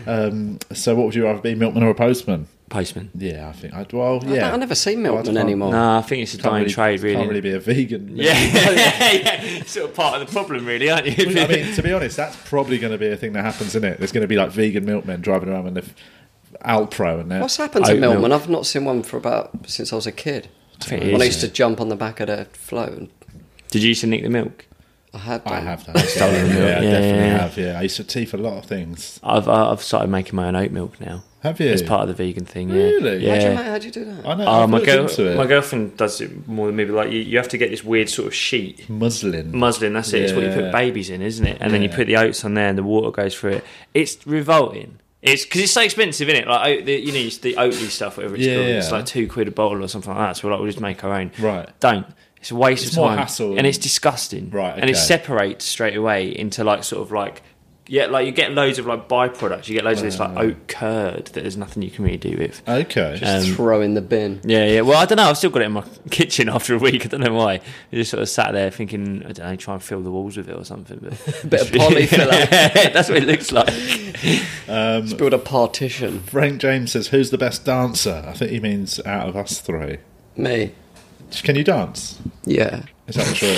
Speaker 3: um, so, what would you rather be, milkman or a postman?
Speaker 5: Postman.
Speaker 3: Yeah, I think I'd. Well,
Speaker 4: I
Speaker 3: yeah.
Speaker 4: don't- I never see Milton
Speaker 3: can't-
Speaker 4: anymore.
Speaker 5: Nah, I think it's a
Speaker 3: Can't
Speaker 5: dying trade, really.
Speaker 3: Can't really be a vegan.
Speaker 5: yeah, yeah, yeah. Sort of part of the problem, really, aren't you?
Speaker 3: I mean, to be honest, that's probably going to be a thing that happens, isn't it? There's going to be like vegan milkmen driving around with the Alpro and that.
Speaker 4: What's happened to
Speaker 5: Oat milk.
Speaker 4: Milton? I've not seen one for about since I was a kid.
Speaker 5: I think it
Speaker 4: When I
Speaker 5: is.
Speaker 4: used to jump on the back of their float, and
Speaker 5: Did you used to nick the milk?
Speaker 4: I had.
Speaker 3: I
Speaker 4: done.
Speaker 3: have that. yeah,
Speaker 5: milk.
Speaker 3: I
Speaker 5: Yeah,
Speaker 3: definitely
Speaker 5: yeah.
Speaker 3: have. Yeah, I used to teeth a lot of things.
Speaker 5: I've uh, I've started making my own oat milk now.
Speaker 3: Have you?
Speaker 5: It's part of the vegan thing. Yeah.
Speaker 3: Really?
Speaker 4: How'd you,
Speaker 5: Yeah.
Speaker 4: ma- how'd you do that?
Speaker 3: I know.
Speaker 5: Oh,
Speaker 3: I've
Speaker 5: my
Speaker 3: looked
Speaker 5: girl,
Speaker 3: into it.
Speaker 5: my girlfriend does it more than me. But like, you, you have to get this weird sort of sheet
Speaker 3: Muslin.
Speaker 5: muslin. That's it. It's what you
Speaker 3: Yeah.
Speaker 5: put babies in, isn't it? And then you
Speaker 3: Yeah.
Speaker 5: put the oats on there, and the water goes through it. It's revolting. It's because it's so expensive, isn't it? Like oat- the, you know it's the Oatly stuff, whatever it's
Speaker 3: Yeah.
Speaker 5: called. It's like two quid a bottle or something like that. So we're like, we'll just make our own.
Speaker 3: Right.
Speaker 5: Don't. It's a waste
Speaker 3: It's
Speaker 5: of
Speaker 3: more
Speaker 5: time,
Speaker 3: hassle
Speaker 5: and it's
Speaker 3: than-
Speaker 5: disgusting.
Speaker 3: Right,
Speaker 5: And it
Speaker 3: okay.
Speaker 5: separates straight away into like sort of like. Yeah, like you get loads of like byproducts. You get loads of this
Speaker 3: Uh.
Speaker 5: like oat curd that there's nothing you can really do with.
Speaker 3: okay.
Speaker 4: Throw in the bin.
Speaker 5: Yeah, yeah. Well, I don't know. I've still got it in my kitchen after a week. I don't know why. I just sort of sat there thinking, I don't know, try and fill the walls with it or something. But
Speaker 4: Bit of polyfiller.
Speaker 5: that's what it looks like.
Speaker 4: Just build a partition.
Speaker 3: Frank James says, "Who's the best dancer?" I think he means out of us three.
Speaker 4: Me.
Speaker 3: Can you dance?
Speaker 4: Yeah.
Speaker 3: Is that true?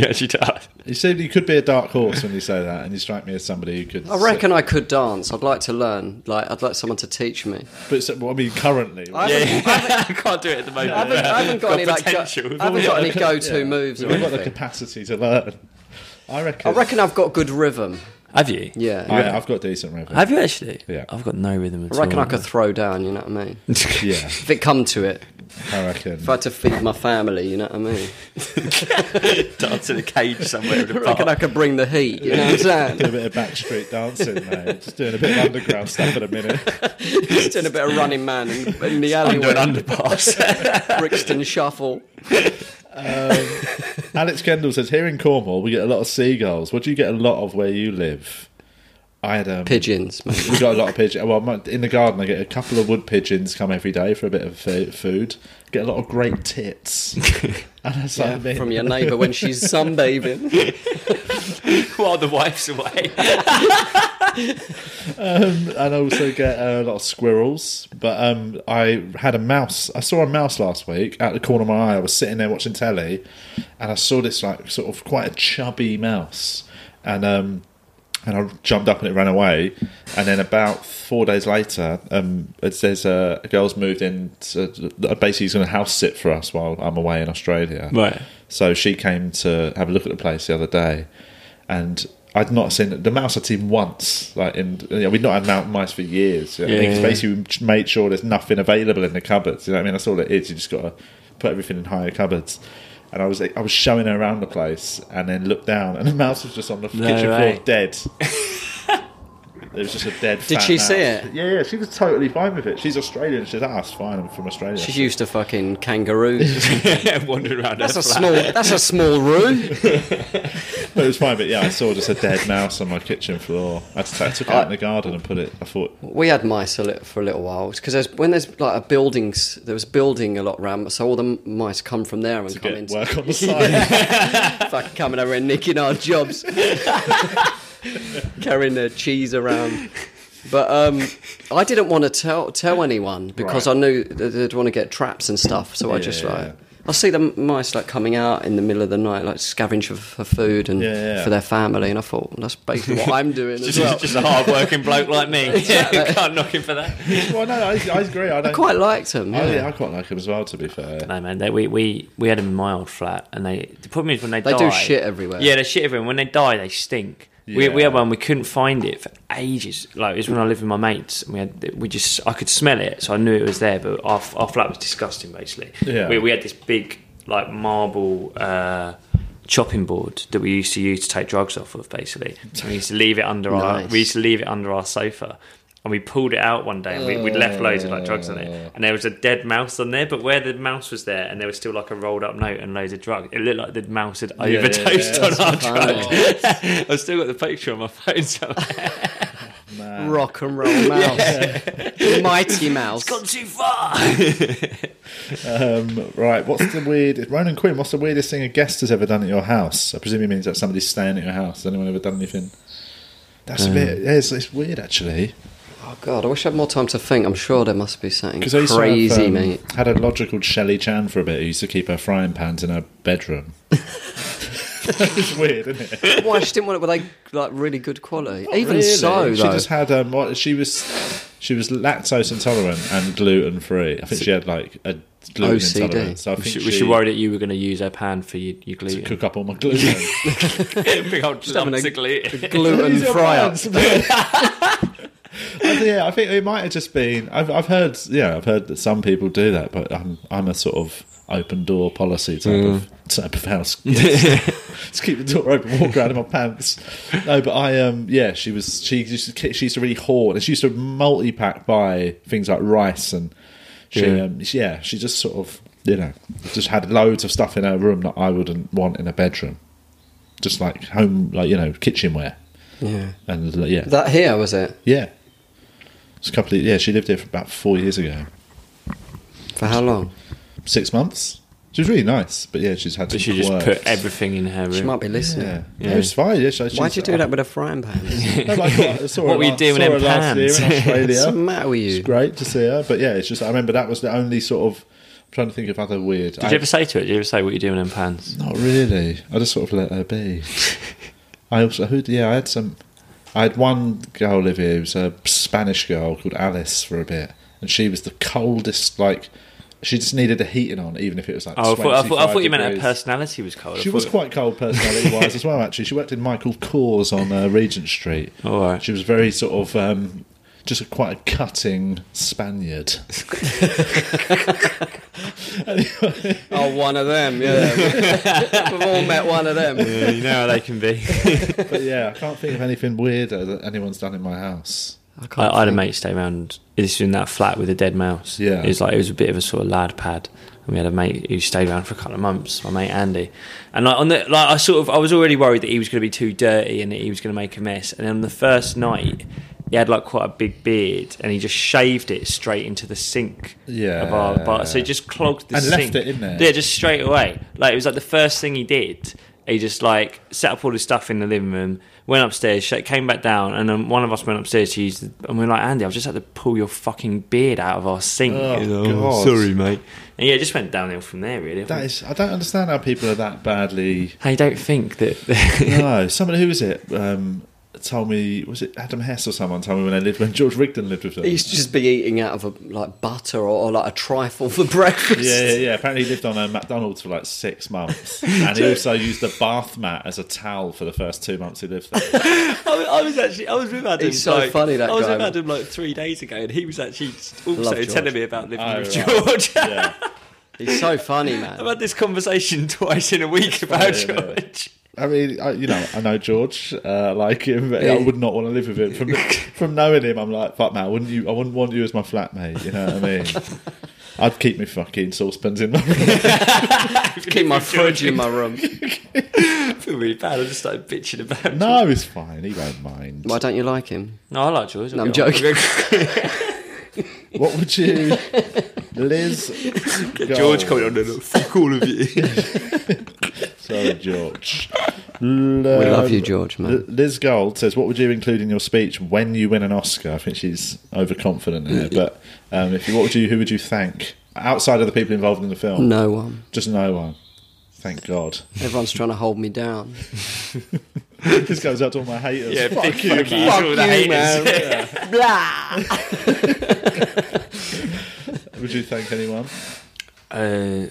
Speaker 5: yeah, she does.
Speaker 3: you said you could be a dark horse when you say that, and you strike me as somebody who could.
Speaker 4: I reckon I could dance. I'd like to learn. Like, I'd like someone to teach me.
Speaker 3: But so, well, I mean, currently,
Speaker 4: I haven't, I haven't
Speaker 5: I can't do it at the moment.
Speaker 4: I haven't, I haven't got, any like,
Speaker 5: potential.
Speaker 4: go, I haven't got any go-to moves or
Speaker 3: we've got the
Speaker 4: anything.
Speaker 3: capacity to learn. I reckon.
Speaker 4: I reckon I've got good rhythm.
Speaker 5: Have you?
Speaker 4: Yeah.
Speaker 3: I, I've got decent rhythm.
Speaker 5: Have you actually?
Speaker 3: Yeah.
Speaker 5: I've got no rhythm at
Speaker 4: I reckon
Speaker 5: all.
Speaker 4: I could throw down, you know what I mean?
Speaker 3: yeah,
Speaker 4: if it come to it,
Speaker 3: I reckon.
Speaker 4: if I had to feed my family, you know what I mean?
Speaker 5: dance in a cage somewhere in
Speaker 4: I reckon I could bring the heat, you know what I'm saying?
Speaker 3: Doing a bit of backstreet dancing, mate. Just doing a bit of underground stuff in a minute.
Speaker 4: Just doing a bit of running man in, in the alleyway,
Speaker 5: underpass.
Speaker 4: Brixton Shuffle.
Speaker 3: Alex Kendall says, here in Cornwall, we get a lot of seagulls. What do you get a lot of where you live? I had um,
Speaker 4: Pigeons, mate.
Speaker 3: We got a lot of pigeons. Well, my- in the garden, I get a couple of wood pigeons come every day for a bit of fu- food. Get a lot of great tits. and that's what I mean.
Speaker 4: From your neighbour when she's sunbathing.
Speaker 5: While the wife's away.
Speaker 3: and I also get a lot of squirrels. But um, I had a mouse. I saw a mouse last week out the corner of my eye. I was sitting there watching telly, and I saw this like sort of quite a chubby mouse, and um, and I jumped up and it ran away. And then about four days later, um, it's, there's a, a girl's moved in. To, basically, he's going to house sit for us while I'm away in Australia.
Speaker 5: Right.
Speaker 3: So she came to have a look at the place the other day, and I'd not seen the mouse I'd seen once. Like in, you know, we'd not had mountain mice for years. You know what I
Speaker 5: Yeah,
Speaker 3: mean? 'Cause
Speaker 5: yeah.
Speaker 3: basically we ch- made sure there's nothing available in the cupboards. You know what I mean? That's all it is. You just got to put everything in higher cupboards. And I was like, I was showing her around the place, and then looked down, and the mouse was just on the
Speaker 5: No
Speaker 3: kitchen
Speaker 5: way.
Speaker 3: floor, dead. It was just a dead.
Speaker 4: Did
Speaker 3: fat
Speaker 4: she see
Speaker 3: mouse.
Speaker 4: it?
Speaker 3: Yeah, yeah, she was totally fine with it. She's Australian. She's ah, it's fine. I'm from Australia.
Speaker 4: She's used to fucking kangaroos.
Speaker 5: Wandering around
Speaker 4: That's a small. That's a small room.
Speaker 3: But it was fine. But yeah, I saw just a dead mouse on my kitchen floor. I, just, I took it out in the garden and put it. I thought,
Speaker 4: We had mice a little, for a little while because when there's like a buildings, there was building a lot around, so all the m- mice come from there and come
Speaker 3: get
Speaker 4: into
Speaker 3: work on the side.
Speaker 4: fucking coming over and nicking our jobs, carrying their cheese around. But um, I didn't want to tell tell anyone because
Speaker 3: Right.
Speaker 4: I knew that they'd want to get traps and stuff. So I
Speaker 3: Yeah,
Speaker 4: just
Speaker 3: yeah,
Speaker 4: like
Speaker 3: yeah.
Speaker 4: I see the m- mice like coming out in the middle of the night, like scavenge for, for food and
Speaker 3: Yeah, yeah, yeah.
Speaker 4: for their family, and I thought well, that's basically what I'm doing as well.
Speaker 5: just a hard working bloke like me. Can't knock him for that.
Speaker 3: well, no, I, I agree. I don't.
Speaker 4: Quite liked them.
Speaker 3: I,
Speaker 4: yeah.
Speaker 3: I quite like him as well. To be fair,
Speaker 5: No man, they, we we we had them in my old flat, and they the problem is when they,
Speaker 4: They
Speaker 5: die,
Speaker 4: do shit everywhere.
Speaker 5: Yeah, they shit everywhere. When they die, they stink. We, we
Speaker 3: Yeah.
Speaker 5: had one we couldn't find it for ages. Like it was when I lived with my mates, and we had we just I could smell it, so I knew it was there. But our, our flat was disgusting. Basically,
Speaker 3: Yeah.
Speaker 5: we, we had this big like marble uh, chopping board that we used to use to take drugs off of. Basically, And we used to leave it under our
Speaker 4: Nice.
Speaker 5: we used to leave it under our sofa. And we pulled it out one day, and we, we'd left loads of like drugs on it, and there was a dead mouse on there. But where the mouse was there, and there was still like a rolled up note and loads of drugs, it looked like the mouse had overdosed on our drug. I've still got the picture on my phone somewhere.
Speaker 3: Man.
Speaker 4: rock and roll mouse, mighty mouse.
Speaker 5: Gone too far.
Speaker 3: Um, right. What's the weird? Ronan Quinn. What's the weirdest thing a guest has ever done at your house? I presume it means that somebody's staying at your house. Has anyone ever done anything? That's a bit. Yeah, it's, it's weird actually.
Speaker 4: Oh god, I wish I had more time to think. I'm sure there must be something
Speaker 3: Because I used to
Speaker 4: crazy,
Speaker 3: have, um,
Speaker 4: mate.
Speaker 3: had a lodger called Shelley Chan for a bit who used to keep her frying pans in her bedroom. it's weird, isn't it?
Speaker 4: Why she didn't want it? Were they like really good quality? Even
Speaker 3: Really?
Speaker 4: so,
Speaker 3: she
Speaker 4: though,
Speaker 3: just had um, what she was she was lactose intolerant and gluten free. I think she had like a gluten
Speaker 4: OCD.
Speaker 3: intolerance. So I think
Speaker 5: was, she,
Speaker 3: she,
Speaker 5: was she worried that you were going to use her pan for your, your
Speaker 3: to
Speaker 5: gluten?
Speaker 3: cook up all my gluten.
Speaker 5: Big old
Speaker 4: having
Speaker 5: lumps
Speaker 4: a-
Speaker 5: of gluten.
Speaker 4: gluten fry up.
Speaker 3: I think- yeah, I think it might have just been. I've, I've heard, yeah, I've heard that some people do that, but I'm I'm a sort of open door policy type of type of house. just keep the door open, walk around in my pants. No, but I um yeah, she was she used to ki- she used to really hoard and she used to multi pack buy things like rice and she
Speaker 5: Yeah.
Speaker 3: um she- yeah she just sort of you know just had loads of stuff in her room that I wouldn't want in a bedroom, just like home like you know kitchenware
Speaker 4: Yeah,
Speaker 3: and like, yeah
Speaker 4: that here was it.
Speaker 3: yeah. It's a couple of yeah. She lived here for about four years ago,
Speaker 4: For how long?
Speaker 3: six months. She was really nice, but yeah, she's had.
Speaker 5: But
Speaker 3: some
Speaker 5: she just
Speaker 3: quirks.
Speaker 5: put everything in her room.
Speaker 4: She might be listening.
Speaker 3: Yeah,
Speaker 5: Yeah.
Speaker 3: No, it's fine. Yeah, she,
Speaker 4: Why'd
Speaker 3: she's- uh,
Speaker 4: you do that with a frying pan?
Speaker 3: No, like, I saw her
Speaker 5: What were you
Speaker 3: last-
Speaker 5: doing
Speaker 3: saw
Speaker 5: in
Speaker 3: her last year
Speaker 5: Pam's?
Speaker 3: in
Speaker 4: What's the
Speaker 3: Australia?
Speaker 4: matter with you?
Speaker 3: it's great to see her, but yeah, it's just I remember that was the only sort of. I'm trying to think of other weird.
Speaker 5: Did you ever say to it? Did you ever say what you're doing in pans?
Speaker 3: Not really. I just sort of let her be. I also, who, yeah, I had some. I had one girl live here. It was a Spanish girl called Alice for a bit, and she was the coldest, like She just needed the heating on, even if it was like.
Speaker 5: Oh, I thought, I thought, I
Speaker 3: 25
Speaker 5: thought you meant her
Speaker 3: degrees.
Speaker 5: personality was cold. I
Speaker 3: She was
Speaker 5: thought-
Speaker 3: quite cold personality wise as well. Actually, she worked in Michael Kors on uh, Regent Street.
Speaker 5: All right.
Speaker 3: She was very sort of um, just a, quite a cutting Spaniard.
Speaker 4: Oh, one of them, yeah. We've all met one of them.
Speaker 5: Yeah, you know how they can be.
Speaker 3: But yeah, I can't think of anything weirder that anyone's done in my house.
Speaker 4: I can't
Speaker 5: I, I had a
Speaker 4: think.
Speaker 5: mate stay round. This was in that flat with a dead mouse.
Speaker 3: Yeah.
Speaker 5: it was like it was a bit of a sort of lad pad. And we had a mate who stayed around for a couple of months. My mate Andy, and like on the like, I sort of I was already worried that he was going to be too dirty and that he was going to make a mess. And then on the first night, he had like quite a big beard, and he just shaved it straight into the sink.
Speaker 3: Yeah.
Speaker 5: of our bar. So he just clogged the
Speaker 3: And left
Speaker 5: sink.
Speaker 3: it in there.
Speaker 5: Yeah, just straight away. Like it was like the first thing he did. He just like set up all his stuff in the living room, went upstairs, sh- came back down, and then one of us went upstairs to use. The, and we are like, Andy, I've just had to pull your fucking beard out of our sink.
Speaker 3: Oh, God.
Speaker 6: Sorry, mate.
Speaker 5: And yeah, it just went downhill from there. Really, I
Speaker 3: That
Speaker 5: think-
Speaker 3: is, I don't understand how people are that badly
Speaker 5: I don't think that.
Speaker 3: no, someone who was it um, told me was it Adam Hess or someone told me when they lived when George Rigdon lived with them.
Speaker 4: He used to just be eating out of a, like butter or, or like a trifle for breakfast.
Speaker 3: yeah, yeah, yeah. Apparently, he lived on a McDonald's for like six months, and he also used the bath mat as a towel for the first two months he lived there.
Speaker 5: I was, I was actually I was with Adam.
Speaker 4: He's so
Speaker 5: like-
Speaker 4: funny, that
Speaker 5: I was
Speaker 4: guy.
Speaker 5: with Adam like three days ago, and he was actually
Speaker 4: Love
Speaker 5: also
Speaker 4: George.
Speaker 5: telling me about living
Speaker 3: Oh,
Speaker 5: with
Speaker 3: right.
Speaker 5: George.
Speaker 3: Yeah,
Speaker 4: He's so funny,
Speaker 5: I've
Speaker 4: man.
Speaker 5: had this conversation twice in a week about
Speaker 3: funny, isn't it?
Speaker 5: George.
Speaker 3: I mean, I, you know, I know George, uh, I like him, but I would not want to live with him. From from knowing him, I'm like, fuck, man, I wouldn't you? I wouldn't want you as my flatmate. You know what I mean? I'd keep my fucking saucepans in my room.
Speaker 4: Keep my fridge in my room.
Speaker 5: I feel really bad. I just started bitching about.
Speaker 3: No, it's fine. He won't mind.
Speaker 4: Why don't you like him?
Speaker 5: No, I like George.
Speaker 4: No, I'm joking.
Speaker 3: What would you, Liz?
Speaker 5: George
Speaker 3: Gold.
Speaker 5: coming on.
Speaker 6: No, no, fuck all of you.
Speaker 3: Sorry, George.
Speaker 4: We love you, George, man.
Speaker 3: Liz Gold says, "What would you include in your speech when you win an Oscar?" I think she's overconfident here, but um, if you, what would you, who would you thank outside of the people involved in the film?
Speaker 4: No one.
Speaker 3: Just no one. Thank God.
Speaker 4: Everyone's trying to hold me down.
Speaker 3: this goes out to all my haters.
Speaker 5: Yeah,
Speaker 3: Fuck
Speaker 5: big
Speaker 3: you,
Speaker 5: fuck
Speaker 3: man.
Speaker 5: you. all the haters.
Speaker 3: Would you thank anyone?
Speaker 5: Uh,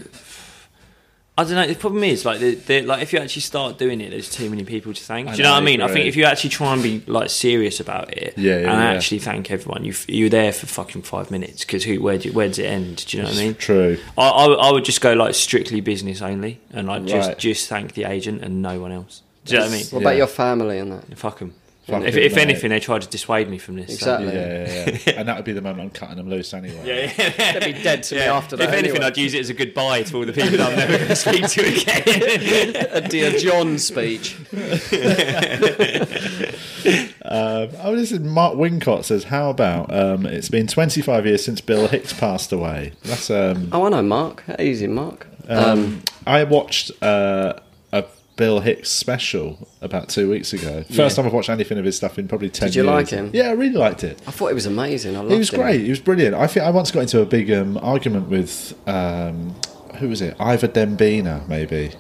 Speaker 5: I don't know. The problem is, like, the, the, like if you actually start doing it, there's too many people to thank.
Speaker 3: I
Speaker 5: Do you know,
Speaker 3: know,
Speaker 5: what I mean? I
Speaker 3: right.
Speaker 5: think if you actually try and be like serious about it,
Speaker 3: Yeah, yeah,
Speaker 5: and
Speaker 3: yeah.
Speaker 5: actually thank everyone, you f- you're there for fucking five minutes because who where do, where does it end? Do you know what I mean?
Speaker 3: True.
Speaker 5: I, I I would just go like strictly business only, and like just
Speaker 3: Right.
Speaker 5: just thank the agent and no one else. Do you know what I mean?
Speaker 4: What about
Speaker 3: Yeah.
Speaker 4: your family and that?
Speaker 5: Fuck them.
Speaker 3: Fuck
Speaker 5: if
Speaker 3: 'em,
Speaker 5: if
Speaker 3: mate.
Speaker 5: anything, they try to dissuade me from this. so-
Speaker 4: Exactly.
Speaker 3: Yeah, yeah, yeah. and that would be the moment I'm cutting them loose anyway.
Speaker 4: They'd be dead to me after that.
Speaker 5: If anything,
Speaker 4: anyway.
Speaker 5: I'd use it as a goodbye to all the people that I'm never going to speak to again.
Speaker 4: a dear John speech.
Speaker 3: Um, oh, this is Mark Wincott says, "How about um, it's been 25 years since Bill Hicks passed away?" That's um,
Speaker 4: Oh, I know, Mark. Easy, Mark. Um,
Speaker 3: I watched uh, a Bill Hicks special about two weeks ago. First time I've watched anything of his stuff in probably ten.
Speaker 4: Did you
Speaker 3: years.
Speaker 4: like him?
Speaker 3: Yeah, I really liked it.
Speaker 4: I thought it was amazing. I loved
Speaker 3: He was
Speaker 4: him.
Speaker 3: great. He was brilliant. I think I once got into a big um, argument with um, who was it? Ivor Dembina, maybe,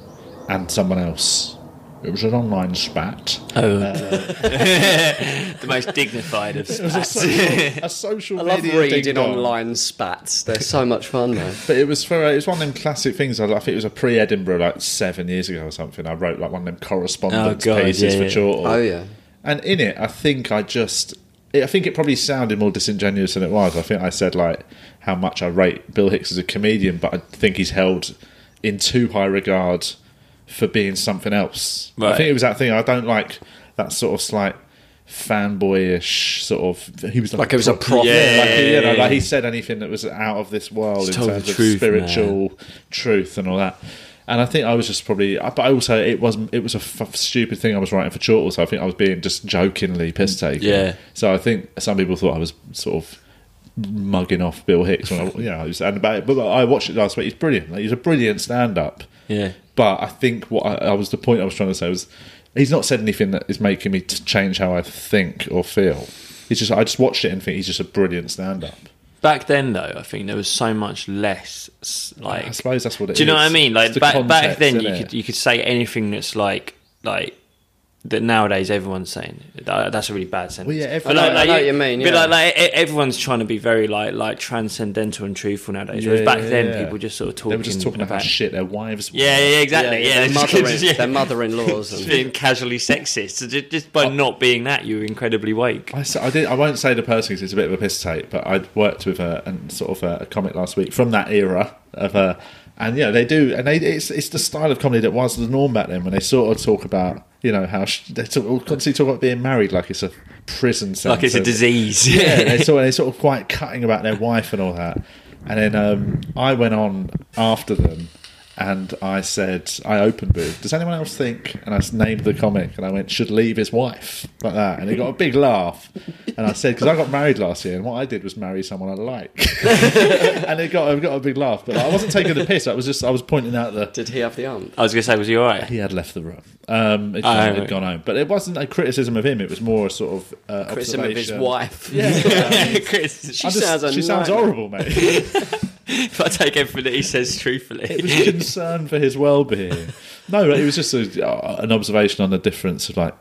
Speaker 3: and someone else. It was an online spat.
Speaker 5: the most dignified of
Speaker 3: It was a social, a social
Speaker 4: I love
Speaker 3: media
Speaker 4: reading
Speaker 3: ding-dong.
Speaker 4: online spats. They're so much fun, though.
Speaker 3: But it was for uh, it was one of them classic things. I, I think it was a pre Edinburgh like seven years ago or something. I wrote like one of them correspondence
Speaker 5: Oh, God,
Speaker 3: pieces
Speaker 5: yeah,
Speaker 3: for
Speaker 5: yeah.
Speaker 3: Chortle.
Speaker 4: Oh, yeah.
Speaker 3: And in it, I think I just I think it probably sounded more disingenuous than it was. I think I said like how much I rate Bill Hicks as a comedian, but I think he's held in too high regard for being something else. I
Speaker 5: Right.
Speaker 3: think it was that thing. I don't like that sort of slight fanboyish sort of he was like,
Speaker 4: Like it was a
Speaker 3: prop-
Speaker 4: prophet.
Speaker 5: Yeah.
Speaker 3: like, you know, like he said anything that was out of this world in
Speaker 5: told the
Speaker 3: terms of
Speaker 5: truth,
Speaker 3: spiritual truth and all that. And I think I was just probably, I- but I also it was it was a f- stupid thing I was writing for Chortle, so I think I was being just jokingly piss taken.
Speaker 5: Yeah.
Speaker 3: So I think some people thought I was sort of mugging off Bill Hicks when I, you know, I was and about it. But I watched it last week. He's brilliant. Like, he's a brilliant stand-up.
Speaker 5: Yeah.
Speaker 3: But I think what I, I was the point I was trying to say was he's not said anything that is making me t- change how I think or feel. He's just I just watched it and think he's just a brilliant stand-up.
Speaker 5: Back then, though, I think there was so much less. s- Like,
Speaker 3: I suppose that's what it
Speaker 5: do you know
Speaker 3: is.
Speaker 5: what I mean?
Speaker 3: It's
Speaker 5: Like
Speaker 3: the
Speaker 5: back back
Speaker 3: context,
Speaker 5: then,
Speaker 3: isn't
Speaker 5: you
Speaker 3: it?
Speaker 5: could you could say anything that's like like that nowadays everyone's saying That- that's a really bad sentence.
Speaker 3: Well, yeah,
Speaker 5: But
Speaker 3: everyone-
Speaker 5: like-
Speaker 4: I
Speaker 5: like
Speaker 4: know what you mean,
Speaker 5: But
Speaker 4: yeah.
Speaker 5: like, like, e- everyone's trying to be very like like transcendental and truthful nowadays. Whereas
Speaker 3: Yeah,
Speaker 5: back
Speaker 3: yeah,
Speaker 5: then,
Speaker 3: yeah.
Speaker 5: people just sort of talking.
Speaker 3: They were just talking about
Speaker 5: about
Speaker 3: how shit their wives were.
Speaker 5: Yeah, yeah, yeah, exactly. Yeah,
Speaker 4: their,
Speaker 5: just-
Speaker 4: mother
Speaker 5: just- yeah.
Speaker 4: their mother-in-laws.
Speaker 5: Just
Speaker 4: and-
Speaker 5: being casually sexist. So ju- just by not being that, you were incredibly weak.
Speaker 3: Oh. I, s- I did, I won't say the person because it's a bit of a piss take, but I worked with a and sort of uh, a, a comic last week from that era of uh, and yeah, they do, and they, it's it's the style of comedy that was the norm back then when they sort of talk about you know how sh- they talk, constantly talk about being married like it's a prison sentence,
Speaker 5: Like it's a disease.
Speaker 3: yeah, they sort, they sort of quite cutting about their wife and all that. And then um, I went on after them and I said, I opened with, does anyone else think? And I s- named the comic and I went, should leave his wife, like that. And he got a big laugh. And I said, because I got married last year and what I did was marry someone I like. and it got, it got a big laugh. But I wasn't taking the piss. I was just, I was pointing out the,
Speaker 4: Did he have the aunt?
Speaker 5: I was gonna say, was he all right?
Speaker 3: he had left the room. Um, he'd,
Speaker 5: Oh,
Speaker 3: gone,
Speaker 5: right.
Speaker 3: he'd gone home. But it wasn't a criticism of him. It was more a sort of uh,
Speaker 4: Criticism of his
Speaker 3: observation.
Speaker 4: wife.
Speaker 5: Chris,
Speaker 4: She sounds a
Speaker 3: she sounds
Speaker 4: nightmare.
Speaker 3: horrible, mate.
Speaker 5: if I take everything that he says
Speaker 3: It was
Speaker 5: truthfully.
Speaker 3: concern for his well-being. No, it was just a, uh, an observation on the difference of like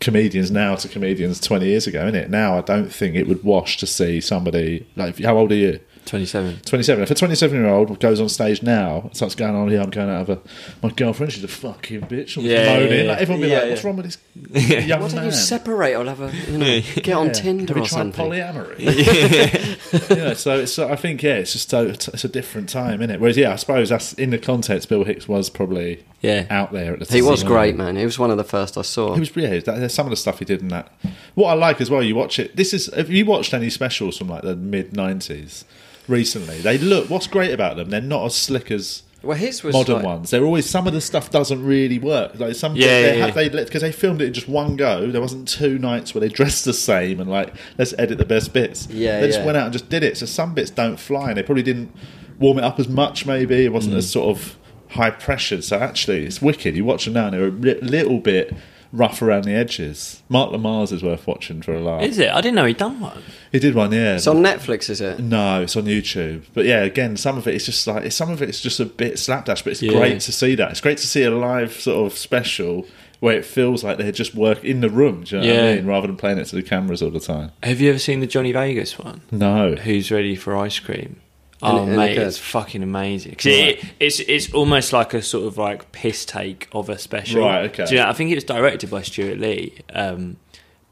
Speaker 3: comedians now to comedians twenty years ago, is it? Now I don't think it would wash to see somebody like if- how old are you?
Speaker 5: 27.
Speaker 3: Twenty-seven. If a twenty-seven-year-old goes on stage now, and starts going on, yeah, I'm going out of a my girlfriend. She's a fucking bitch. All
Speaker 5: Yeah,
Speaker 3: moaning.
Speaker 5: yeah, yeah.
Speaker 3: Like, everyone would be
Speaker 4: Yeah,
Speaker 3: like,
Speaker 4: yeah.
Speaker 3: what's wrong with this young
Speaker 4: Why
Speaker 3: man?
Speaker 4: don't you separate? I'll have a you know, get on
Speaker 3: Yeah.
Speaker 4: Tinder
Speaker 3: Have you
Speaker 4: or
Speaker 3: tried
Speaker 4: something.
Speaker 3: polyamory. yeah, so it's, so I think yeah, it's just so, it's a different time, is it? Whereas yeah, I suppose that's in the context. Bill Hicks was probably
Speaker 5: Yeah.
Speaker 3: out there at the time.
Speaker 4: he was great, man. He was one of the first I saw.
Speaker 3: He was yeah. That, there's some of the stuff he did in that. What I like as well, you watch it. This is have you watched any specials from like the mid '90s recently? They look. What's great about them? They're not as slick as
Speaker 4: well, his was
Speaker 3: modern
Speaker 4: like-
Speaker 3: ones. They're always some of the stuff doesn't really work. Like some,
Speaker 5: Yeah,
Speaker 3: they
Speaker 5: yeah,
Speaker 3: have they because they filmed it in just one go. There wasn't two nights where they dressed the same and like let's edit the best bits.
Speaker 4: Yeah,
Speaker 3: they just
Speaker 4: yeah.
Speaker 3: went out and just did it. So some bits don't fly, and they probably didn't warm it up as much. Maybe it wasn't as sort of high pressure. So actually, it's wicked. You watch them now, and they're a li- little bit rough around the edges. Mark Lamar's is worth watching for a laugh.
Speaker 5: Is it? I didn't know he'd done one.
Speaker 3: he did one, yeah.
Speaker 4: It's on Netflix, is it?
Speaker 3: No, it's on YouTube. But yeah, again, some of it is just like some of it is just a bit slapdash, but it's
Speaker 5: Yeah.
Speaker 3: great to see that. It's great to see a live sort of special where it feels like they're just work in the room, do you know what I
Speaker 5: Yeah.
Speaker 3: mean? Rather than playing it to the cameras all the time.
Speaker 5: Have you ever seen the Johnny Vegas one?
Speaker 3: No.
Speaker 5: Who's ready for ice cream? Oh
Speaker 4: and it
Speaker 5: mate,
Speaker 4: goes-
Speaker 5: it's fucking amazing. 'Cause
Speaker 3: Right.
Speaker 5: it, it's it's almost like a sort of like piss take of a special.
Speaker 3: Right, okay.
Speaker 5: Do you know, I think it was directed by Stuart Lee. Um,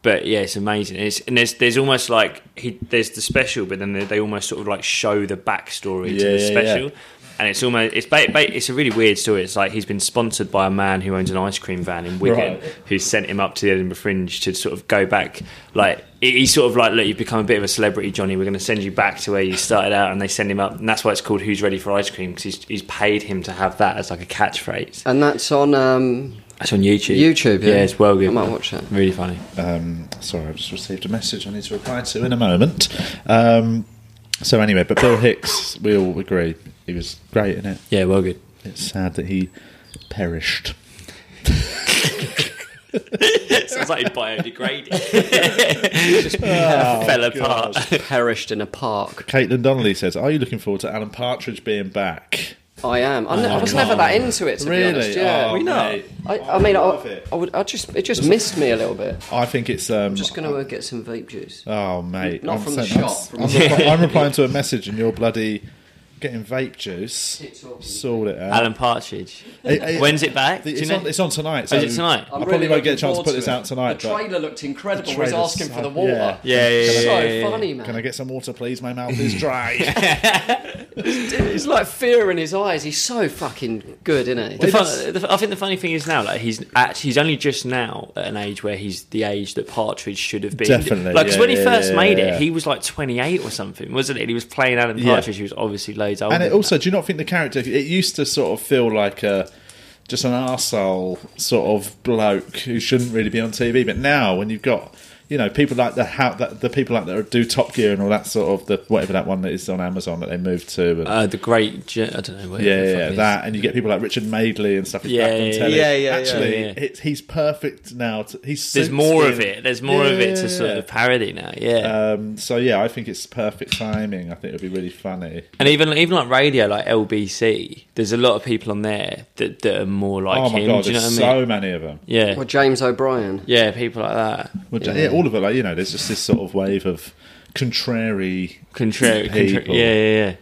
Speaker 5: but yeah, it's amazing. It's, and there's there's almost like he there's the special, but then they, they almost sort of like show the backstory
Speaker 3: Yeah,
Speaker 5: to the
Speaker 3: yeah,
Speaker 5: special.
Speaker 3: yeah.
Speaker 5: And it's almost it's ba- ba- it's a really weird story. It's like he's been sponsored by a man who owns an ice cream van in Wigan,
Speaker 3: Right.
Speaker 5: who sent him up to the Edinburgh Fringe to sort of go back. Like he- he's sort of like, look, you've become a bit of a celebrity, Johnny. We're going to send you back to where you started out, and they send him up, and that's why it's called Who's Ready for Ice Cream because he's, he's paid him to have that as like a catchphrase.
Speaker 4: And that's on. Um,
Speaker 5: That's on YouTube.
Speaker 4: YouTube, yeah.
Speaker 5: it's well good.
Speaker 4: I might watch that.
Speaker 5: Really funny.
Speaker 3: Um, sorry, I've just received a message I need to reply to in a moment. Um, so anyway, but Bill Hicks, we all agree, he was great in it.
Speaker 5: Yeah, well good.
Speaker 3: It's sad that he perished.
Speaker 5: Sounds like he biodegraded. fell apart.
Speaker 4: perished in a park.
Speaker 3: Caitlin Donnelly says, Are you looking forward to Alan Partridge being back?
Speaker 4: I am. I, ne- I was never that into it. To
Speaker 3: Ah. Really?
Speaker 4: Be honest. Yeah.
Speaker 3: Oh, We not? mate.
Speaker 4: I, I mean, I,
Speaker 3: love it.
Speaker 4: I would. I just. It just missed me a little bit.
Speaker 3: I think it's um,
Speaker 4: Just gonna uh, get some vape juice.
Speaker 3: Oh mate,
Speaker 4: Not from the
Speaker 3: sent-
Speaker 4: shop,
Speaker 3: I'm,
Speaker 4: from
Speaker 3: I'm
Speaker 4: the-
Speaker 3: reply- I'm replying to a message, and you're bloody getting vape juice.
Speaker 4: It's all-
Speaker 3: Sort it out.
Speaker 5: Alan Partridge.
Speaker 3: Hey, hey,
Speaker 5: When's it back? Do you
Speaker 3: It's
Speaker 5: know? Oh,
Speaker 3: on, it's on tonight. So
Speaker 5: is it tonight?
Speaker 3: I probably won't get a chance to put this out tonight.
Speaker 4: The
Speaker 3: but
Speaker 4: trailer looked incredible.
Speaker 3: the
Speaker 4: He was
Speaker 3: trailer's
Speaker 4: asking for
Speaker 3: so-
Speaker 4: the water.
Speaker 3: Yeah.
Speaker 5: yeah, yeah, yeah,
Speaker 4: So
Speaker 5: yeah, yeah, yeah.
Speaker 4: funny, eh, man.
Speaker 3: Can I get some water, please? My mouth is dry.
Speaker 4: It's like fear in his eyes. He's so fucking good, isn't
Speaker 5: The
Speaker 4: he?
Speaker 5: fun, the, I think the funny thing is now, like he's at, he's only just now at an age where he's the age that Partridge should have been.
Speaker 3: Definitely,
Speaker 5: like 'cause
Speaker 3: yeah,
Speaker 5: when he
Speaker 3: yeah,
Speaker 5: first
Speaker 3: yeah,
Speaker 5: made
Speaker 3: yeah.
Speaker 5: it, he was like 28 or something, wasn't it? And he was playing Alan
Speaker 3: Yeah.
Speaker 5: Partridge, who was obviously loads older.
Speaker 3: and it
Speaker 5: than
Speaker 3: also, do you not think the character? It used to sort of feel like a just an arsehole sort of bloke who shouldn't really be on TV. But now, when you've got you know, people like the how that the people like that do Top Gear and all that sort of the whatever that one that is on Amazon that they moved to. And,
Speaker 5: Uh, the great, Je- I don't know. What
Speaker 3: yeah,
Speaker 5: the
Speaker 3: yeah,
Speaker 5: fuck
Speaker 3: yeah,
Speaker 5: it is.
Speaker 3: that, and you get people like Richard Madeley and stuff. who's
Speaker 5: Yeah,
Speaker 3: back on
Speaker 5: yeah,
Speaker 3: telly.
Speaker 6: yeah, yeah,
Speaker 3: Actually,
Speaker 5: yeah, yeah.
Speaker 3: It's, he's perfect now. To, he's
Speaker 5: There's more of it. There's more of it to sort
Speaker 3: Yeah.
Speaker 5: of parody now. Yeah.
Speaker 3: Um, so yeah, I think it's perfect timing. I think it'll be really funny.
Speaker 5: And even even like radio, like LBC, there's a lot of people on there that, that are more like
Speaker 3: oh my
Speaker 5: him.
Speaker 3: god,
Speaker 5: do you know what
Speaker 3: there's
Speaker 5: I mean?
Speaker 3: so many of them.
Speaker 5: Yeah,
Speaker 4: Well, James O'Brien.
Speaker 5: yeah, people like that.
Speaker 3: Well, yeah. all of it. Like you know, there's just this sort of wave of contrary
Speaker 5: Contrary, contra-
Speaker 3: People.
Speaker 5: yeah, yeah, yeah.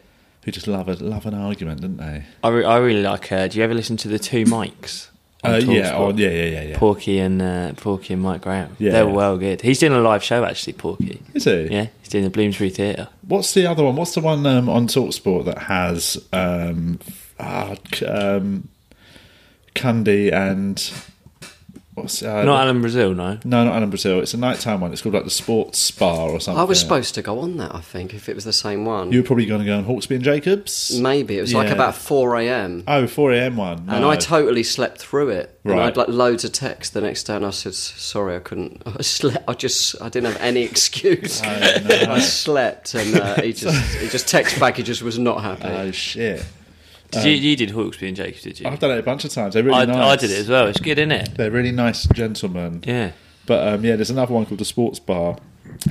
Speaker 3: who just love a love an argument, don't they?
Speaker 5: I, re- I really like. Uh, do you ever listen to the two mics? on
Speaker 3: Uh, yeah,
Speaker 5: Talksport?
Speaker 3: oh, yeah, yeah, yeah, yeah.
Speaker 5: Porky and uh, Porky and Mike Graham.
Speaker 3: Yeah.
Speaker 5: They're well good. He's doing a live show actually. Porky.
Speaker 3: Is he?
Speaker 5: Yeah, he's doing the Bloomsbury Theatre.
Speaker 3: What's the other one? What's the one um, on Talksport that has um, ah, c- um, Candy and what's uh,
Speaker 5: Not Alan Brazil, no.
Speaker 3: no, not Alan Brazil. It's a nighttime one. It's called like the Sports Spa or something.
Speaker 4: I was supposed to go on that, I think, if it was the same one.
Speaker 3: You were probably going to go on Hawksby and Jacobs.
Speaker 4: Maybe. It was like
Speaker 3: Yeah.
Speaker 4: about 4 a.m.
Speaker 3: Oh, 4 a.m. one.
Speaker 4: And
Speaker 3: No.
Speaker 4: I totally slept through it. And
Speaker 3: Right.
Speaker 4: I had like loads of texts the next day, and I said, "Sorry, I couldn't. I slept. I just. I didn't have any excuse. I slept." And uh, he just. he just text back. He just was not happy.
Speaker 3: Oh shit!
Speaker 5: Did you, you did Hawksby and Jacobs, did you?
Speaker 3: I've done Um, it a bunch of times. They're really
Speaker 5: I,
Speaker 3: nice.
Speaker 5: I did it as well. It's good, isn't it?
Speaker 3: They're really nice gentlemen.
Speaker 5: Yeah.
Speaker 3: But um, yeah, there's another one called the Sports Bar.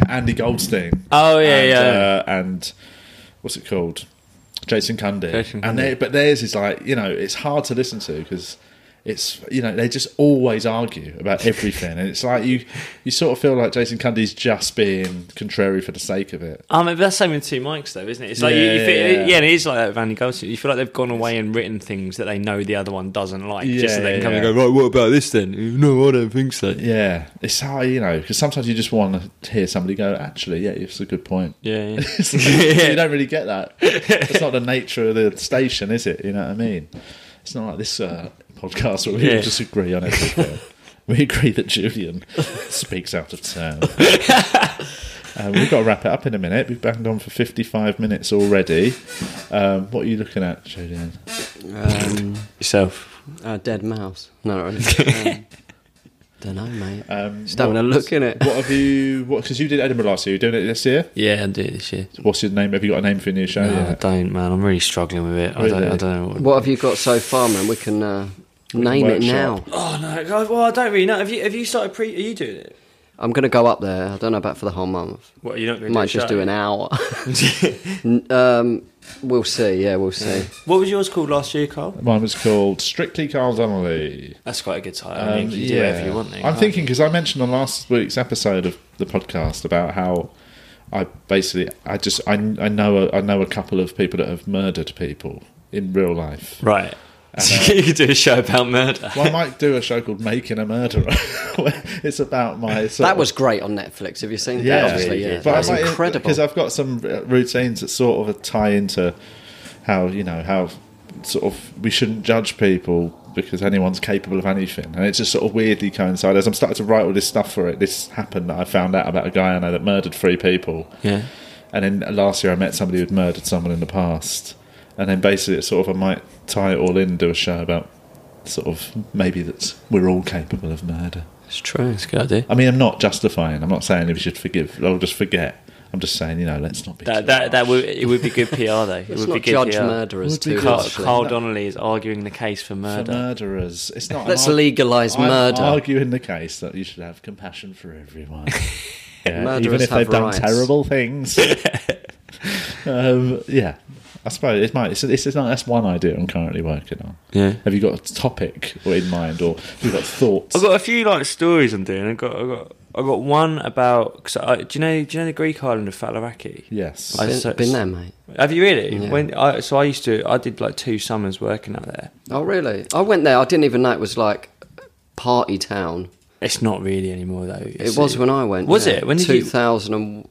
Speaker 3: Andy Goldstein.
Speaker 5: Oh yeah,
Speaker 3: and, Uh,
Speaker 5: yeah.
Speaker 3: and what's it called? Jason Cundy.
Speaker 5: Jason
Speaker 3: And they, but theirs is like you know it's hard to listen to because it's you know they just always argue about everything, and it's like you you sort of feel like Jason Cundy's just being contrary for the sake of it.
Speaker 5: I mean, Oh, that's the same with two mics, though, isn't it? It's like you,
Speaker 3: Yeah,
Speaker 5: you
Speaker 3: yeah,
Speaker 5: feel, yeah,
Speaker 3: yeah.
Speaker 5: and it is like that with Andy Goldstein. You feel like they've gone away and written things that they know the other one doesn't like,
Speaker 3: Yeah,
Speaker 5: just so they can
Speaker 3: yeah,
Speaker 5: come
Speaker 3: yeah.
Speaker 5: and go, right, what about this then? No, I don't think so. Yeah,
Speaker 3: Yeah, it's how you know because sometimes you just want to hear somebody go, actually, yeah, it's a good point.
Speaker 5: yeah.
Speaker 3: It's like, you don't really get that. It's not the nature of the station, is it? You know what I mean? It's not like this uh, podcast where we
Speaker 5: Yeah.
Speaker 3: all disagree on everything. we agree that Julian speaks out of turn. um, we've got to wrap it up in a minute. We've banged on for 55 minutes already. Um, what are you looking at, Julian?
Speaker 4: Um,
Speaker 5: Yourself.
Speaker 4: uh, dead mouse. No, no. Um, don't know, mate.
Speaker 3: Um,
Speaker 4: Just having a
Speaker 3: what-
Speaker 4: look in it.
Speaker 3: What have you? What? Because you did Edinburgh last year. You doing it this year?
Speaker 5: Yeah, I'll do it this year.
Speaker 3: What's your name? Have you got a name for your new show?
Speaker 5: No, Oh, I
Speaker 3: yet?
Speaker 5: don't, man. I'm really struggling with it. I,
Speaker 3: Really?
Speaker 5: don't, I don't know what.
Speaker 4: What have you got so far, man? We can uh, name it now.
Speaker 3: workshop.
Speaker 5: Oh no! God, well, I don't really know. Have you have you started pre? Are you doing it?
Speaker 4: I'm going to go up there. I don't know about for the whole month.
Speaker 5: What you're not going to
Speaker 4: Might just do an hour. N- um, we'll see. Yeah, we'll see.
Speaker 5: What was yours called last year, Carl?
Speaker 3: Mine was called Strictly Carl Donnelly.
Speaker 5: That's quite a good title. I
Speaker 3: Um,
Speaker 5: mean, you can do whatever you want. then,
Speaker 3: I'm
Speaker 5: can't
Speaker 3: thinking because I mentioned on last week's episode of the podcast about how I basically I just I, I know a, I know a couple of people that have murdered people in real life.
Speaker 5: you? right? So you could do a show about murder.
Speaker 3: Well, I might do a show called "Making a Murderer." where it's about my sort
Speaker 4: That
Speaker 3: of-
Speaker 4: was great on Netflix. Have you seen that?
Speaker 3: yeah,
Speaker 4: Obviously, yeah.
Speaker 3: But
Speaker 4: That's
Speaker 3: I might,
Speaker 4: incredible.
Speaker 3: because I've got some r- routines that sort of tie into how you know how sort of we shouldn't judge people because anyone's capable of anything, and it just sort of weirdly coincides. As I'm starting to write all this stuff for it, this happened that I found out about a guy I know that murdered three people.
Speaker 5: Yeah.
Speaker 3: And then last year I met somebody who'd murdered someone in the past. And then basically it's sort of I might tie it all in and do a show about sort of maybe that we're all capable of murder.
Speaker 5: It's true. It's a good idea.
Speaker 3: I mean, I'm not justifying. I'm not saying we should forgive. I'll just forget. I'm just saying, you know, let's not be.
Speaker 5: That
Speaker 3: too
Speaker 5: that, that
Speaker 3: harsh.
Speaker 5: would it would be good PR though. It
Speaker 4: Let's
Speaker 5: would be
Speaker 4: not
Speaker 5: good
Speaker 4: judge
Speaker 5: PR.
Speaker 4: murderers
Speaker 3: Would be
Speaker 4: too
Speaker 3: good.
Speaker 5: Carl,
Speaker 4: harshly.
Speaker 5: Carl Donnelly is arguing the case for murder.
Speaker 3: for murderers. It's not.
Speaker 4: Let's
Speaker 3: I'm arg-
Speaker 4: legalise
Speaker 3: I'm
Speaker 4: murder.
Speaker 3: Arguing the case that you should have compassion for everyone, Yeah, even
Speaker 4: Murderers
Speaker 3: if they've
Speaker 4: have
Speaker 3: done
Speaker 4: rights.
Speaker 3: terrible things. um, yeah, I suppose it might. It's, it's, it's not, that's one idea I'm currently working on.
Speaker 5: Yeah.
Speaker 3: Have you got a topic or in mind, or have you got thoughts?
Speaker 5: I've got a few like stories I'm doing. I've got I've got I've got one about. Cause I, do you know do you know the Greek island of Falaraki?
Speaker 3: yes.
Speaker 5: I-
Speaker 4: Been,
Speaker 5: so-
Speaker 4: been there, mate.
Speaker 5: Have you really?
Speaker 4: Yeah.
Speaker 5: When I so I used to I did like two summers working out there.
Speaker 4: Oh, really? I went there. I didn't even know it was like party town.
Speaker 5: It's not really anymore though.
Speaker 4: It was when I went.
Speaker 5: Was
Speaker 4: yeah.
Speaker 5: it? When did you-
Speaker 4: 2000 and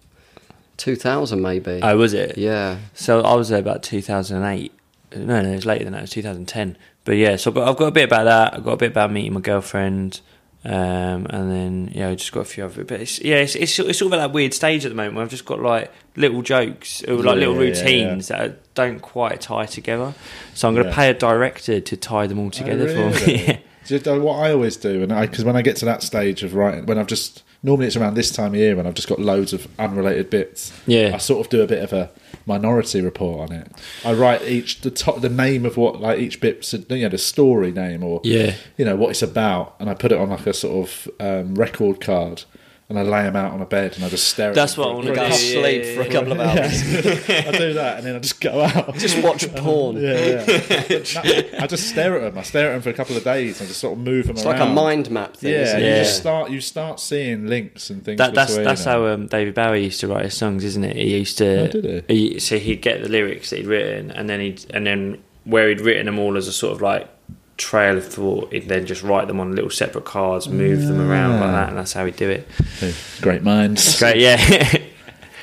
Speaker 4: 2000 maybe.
Speaker 5: Oh, was it?
Speaker 4: yeah.
Speaker 5: So I was there about 2008. No, no, it was later than that. It was 2010. But yeah, so I've got, I've got a bit about that. I've got a bit about meeting my girlfriend, um, and then yeah, I just got a few other. But it's, yeah, it's, it's it's sort of at that weird stage at the moment where I've just got like little jokes or like little
Speaker 3: Yeah, yeah,
Speaker 5: routines that don't quite tie together. So I'm going to
Speaker 3: Yeah.
Speaker 5: pay a director to tie them all
Speaker 3: Oh,
Speaker 5: together for
Speaker 3: really? uh,
Speaker 5: me.
Speaker 3: Do you know what I always do, and because when I get to that stage of writing, when I've just normally it's around this time of year when I've just got loads of unrelated bits.
Speaker 5: Yeah.
Speaker 3: I sort of do a bit of a minority report on it. I write each the top the name of what like each bit's you know the story name or
Speaker 5: Yeah.
Speaker 3: you know what it's about, and I put it on like a sort of um, record card. And I lay them out on a bed, and I just stare.
Speaker 5: That's
Speaker 3: at them
Speaker 5: what I wanna
Speaker 3: for a-
Speaker 5: do.
Speaker 4: Go to
Speaker 5: Yeah, yeah,
Speaker 4: sleep
Speaker 5: yeah,
Speaker 4: for a couple of hours.
Speaker 3: I do that, and then I just go out.
Speaker 4: Just watch porn.
Speaker 3: Yeah, yeah. But no, I just stare at them. I stare at them for a couple of days and just sort of move them
Speaker 4: It's
Speaker 3: around.
Speaker 4: like a mind map thing.
Speaker 3: Yeah,
Speaker 4: isn't it?
Speaker 3: you
Speaker 5: Yeah.
Speaker 3: just start. You start seeing links and things.
Speaker 5: That, that's
Speaker 3: between
Speaker 5: that's
Speaker 3: them.
Speaker 5: how um, David Bowie used to write his songs, isn't it? He used
Speaker 3: Oh,
Speaker 5: to.
Speaker 3: did
Speaker 5: he- so he'd get the lyrics that he'd written, and then he'd and then where he'd written them all as a sort of like trail of thought, he'd then just write them on little separate cards, move them around like that, and that's how he'd do it.
Speaker 3: Great minds.
Speaker 5: Great, yeah.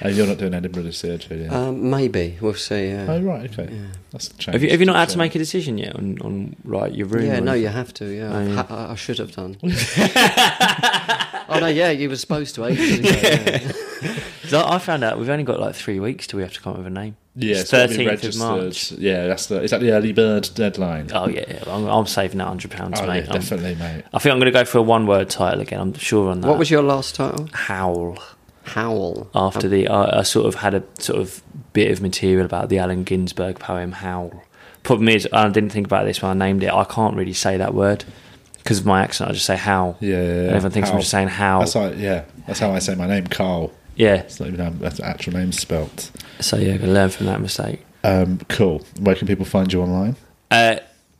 Speaker 3: Oh, you're not doing Edinburgh this year, Julia.
Speaker 4: Um, maybe we'll see. Yeah.
Speaker 3: oh right, okay. That's a change.
Speaker 5: have you have you not had to
Speaker 3: Change.
Speaker 5: make a decision yet on, on right your room?
Speaker 4: yeah,
Speaker 5: or
Speaker 4: no,
Speaker 5: anything?
Speaker 4: you have to. Yeah,
Speaker 5: Oh, yeah.
Speaker 4: Ha- I, I should have done. oh no, yeah, you were supposed to. Ages ago, yeah.
Speaker 5: 'Cause I I found out we've only got like three weeks till we have to come up with a name.
Speaker 3: Yeah,
Speaker 5: It's
Speaker 3: so it'll be
Speaker 5: 13th of March.
Speaker 3: registered. Yeah, that's the. Is that the early bird deadline?
Speaker 5: Oh yeah, yeah, I'm, I'm saving that hundred pounds,
Speaker 3: Oh,
Speaker 5: mate.
Speaker 3: yeah,
Speaker 5: I'm-
Speaker 3: definitely, mate.
Speaker 5: I think I'm going to go for a one-word title again. I'm sure on that.
Speaker 4: What was your last title?
Speaker 5: howl?
Speaker 4: Howl.
Speaker 5: after
Speaker 3: Um,
Speaker 5: the I I sort of had a sort of bit of material about the Allen Ginsberg poem Howl. Problem is, I didn't think about this when I named it. I can't really say that word because of my accent. I just say howl.
Speaker 3: Yeah, yeah, yeah.
Speaker 5: And everyone thinks
Speaker 3: Howl.
Speaker 5: I'm just saying howl.
Speaker 3: That's how. Yeah, that's how I say my name, Carl.
Speaker 5: yeah.
Speaker 3: It's not even how that's the actual name spelt.
Speaker 5: So yeah, gonna learn from that mistake.
Speaker 3: Um, cool. Where can people find you online?
Speaker 5: Uh,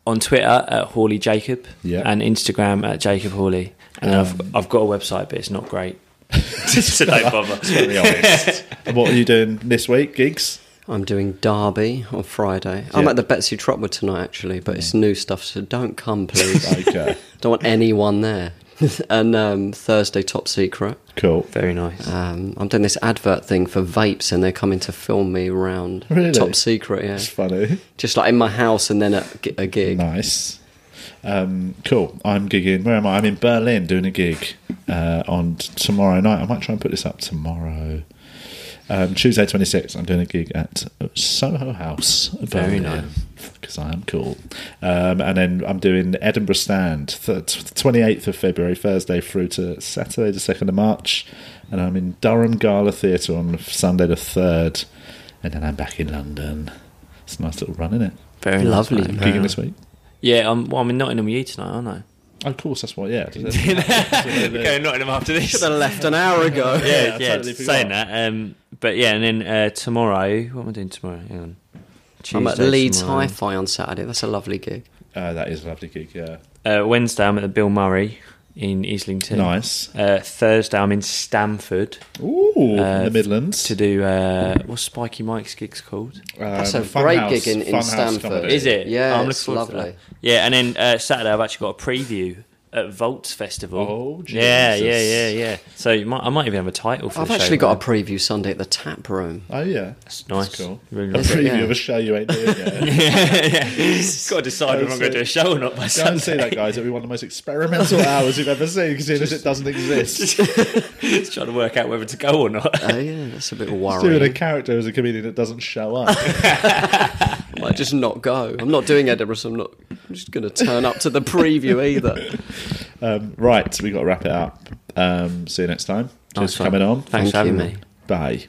Speaker 5: on Twitter at Hawley Jacob
Speaker 3: Yeah. Um,
Speaker 5: and Instagram at Jacob Hawley. And I've I've got a website, but it's not great. so don't bother.
Speaker 3: Be honest. and what are you doing this week, gigs?
Speaker 4: I'm doing Derby on Friday. I'm
Speaker 3: Yeah.
Speaker 4: at the Betsy Trotwood tonight, actually, but it's new stuff, so don't come, please.
Speaker 3: Okay,
Speaker 4: don't want anyone there. and um, Thursday, Top Secret.
Speaker 3: cool.
Speaker 5: Very nice.
Speaker 4: Um, I'm doing this advert thing for vapes, and they're coming to film me round
Speaker 3: Really?
Speaker 4: Top Secret. Yeah,
Speaker 3: That's funny.
Speaker 4: just like in my house, and then at gi- a gig.
Speaker 3: Nice. Um, cool. I'm gigging. Where am I? I'm in Berlin doing a gig uh, on t- tomorrow night. I might try and put this up tomorrow. Um, Tuesday, 26th, I'm doing a gig at Soho House.
Speaker 5: Very
Speaker 3: Because I am cool. Um, and then I'm doing Edinburgh Stand, th- t- 28th of February, Thursday through to Saturday, the 2nd of March. And I'm in Durham Gala Theatre on Sunday, the 3rd. And then I'm back in London. It's a nice little run, isn't it?
Speaker 5: Very
Speaker 4: lovely.
Speaker 5: Nice,
Speaker 3: I'm
Speaker 5: mate.
Speaker 3: gigging this week.
Speaker 5: yeah, I'm, well, I'm in Nottingham with you tonight, aren't I?
Speaker 3: Of course, that's why. Yeah,
Speaker 5: Okay, Nottingham after this.
Speaker 4: Should have left an hour ago.
Speaker 5: yeah,
Speaker 3: I
Speaker 5: yeah,
Speaker 3: totally
Speaker 5: just
Speaker 3: forgot.
Speaker 5: saying that. Um, but yeah, and then uh, tomorrow, what am I doing tomorrow? Hang on.
Speaker 4: I'm at
Speaker 5: Tuesday
Speaker 4: Leeds
Speaker 5: tomorrow.
Speaker 4: Hi-Fi on Saturday. That's a lovely gig.
Speaker 3: uh, that is a lovely gig. Yeah,
Speaker 5: Uh, Wednesday, I'm at the Bill Murray in Islington.
Speaker 3: nice.
Speaker 5: Uh, Thursday, I'm in Stamford
Speaker 3: Ooh,
Speaker 5: Uh,
Speaker 3: the Midlands. Um,
Speaker 5: to do uh, what's Spiky Mike's gigs called?
Speaker 4: That's a great gig in- in Stamford.
Speaker 5: Is it?
Speaker 4: Yeah,
Speaker 5: I'm looking
Speaker 4: it's
Speaker 5: forward to that.
Speaker 4: lovely.
Speaker 5: Yeah, and then uh, Saturday, I've actually got a preview at Volts Festival.
Speaker 3: Oh,
Speaker 5: yeah, yeah,
Speaker 3: Jesus.
Speaker 5: yeah, yeah. So you might, I might even have a title for.
Speaker 4: I've
Speaker 5: the show
Speaker 4: actually got
Speaker 5: then.
Speaker 4: a preview Sunday at the Tap Room.
Speaker 3: Oh yeah, that's
Speaker 5: nice.
Speaker 3: cool.
Speaker 5: Really
Speaker 3: a
Speaker 5: nice.
Speaker 3: preview
Speaker 4: Yeah.
Speaker 3: of a show you ain't doing yet.
Speaker 5: got to decide
Speaker 3: Go
Speaker 5: if
Speaker 3: see-
Speaker 5: I'm going to do a show or not by
Speaker 3: Go
Speaker 5: Sunday.
Speaker 3: and see that, guys. It'll be one of the most experimental hours you've ever seen, considering it doesn't exist.
Speaker 5: Just trying to work out whether to go or not.
Speaker 4: Oh yeah, that's a bit
Speaker 3: Doing a
Speaker 4: worrying.
Speaker 3: character as a comedian that doesn't show up.
Speaker 4: I might just not go. I'm not doing Edinburgh, so I'm not. I'm just going to turn up to the preview either.
Speaker 3: um, right, we got to wrap it up. Um, see you next time. Cheers
Speaker 5: Nice
Speaker 3: for
Speaker 5: one.
Speaker 3: coming on.
Speaker 5: Thanks for having me.
Speaker 3: Bye.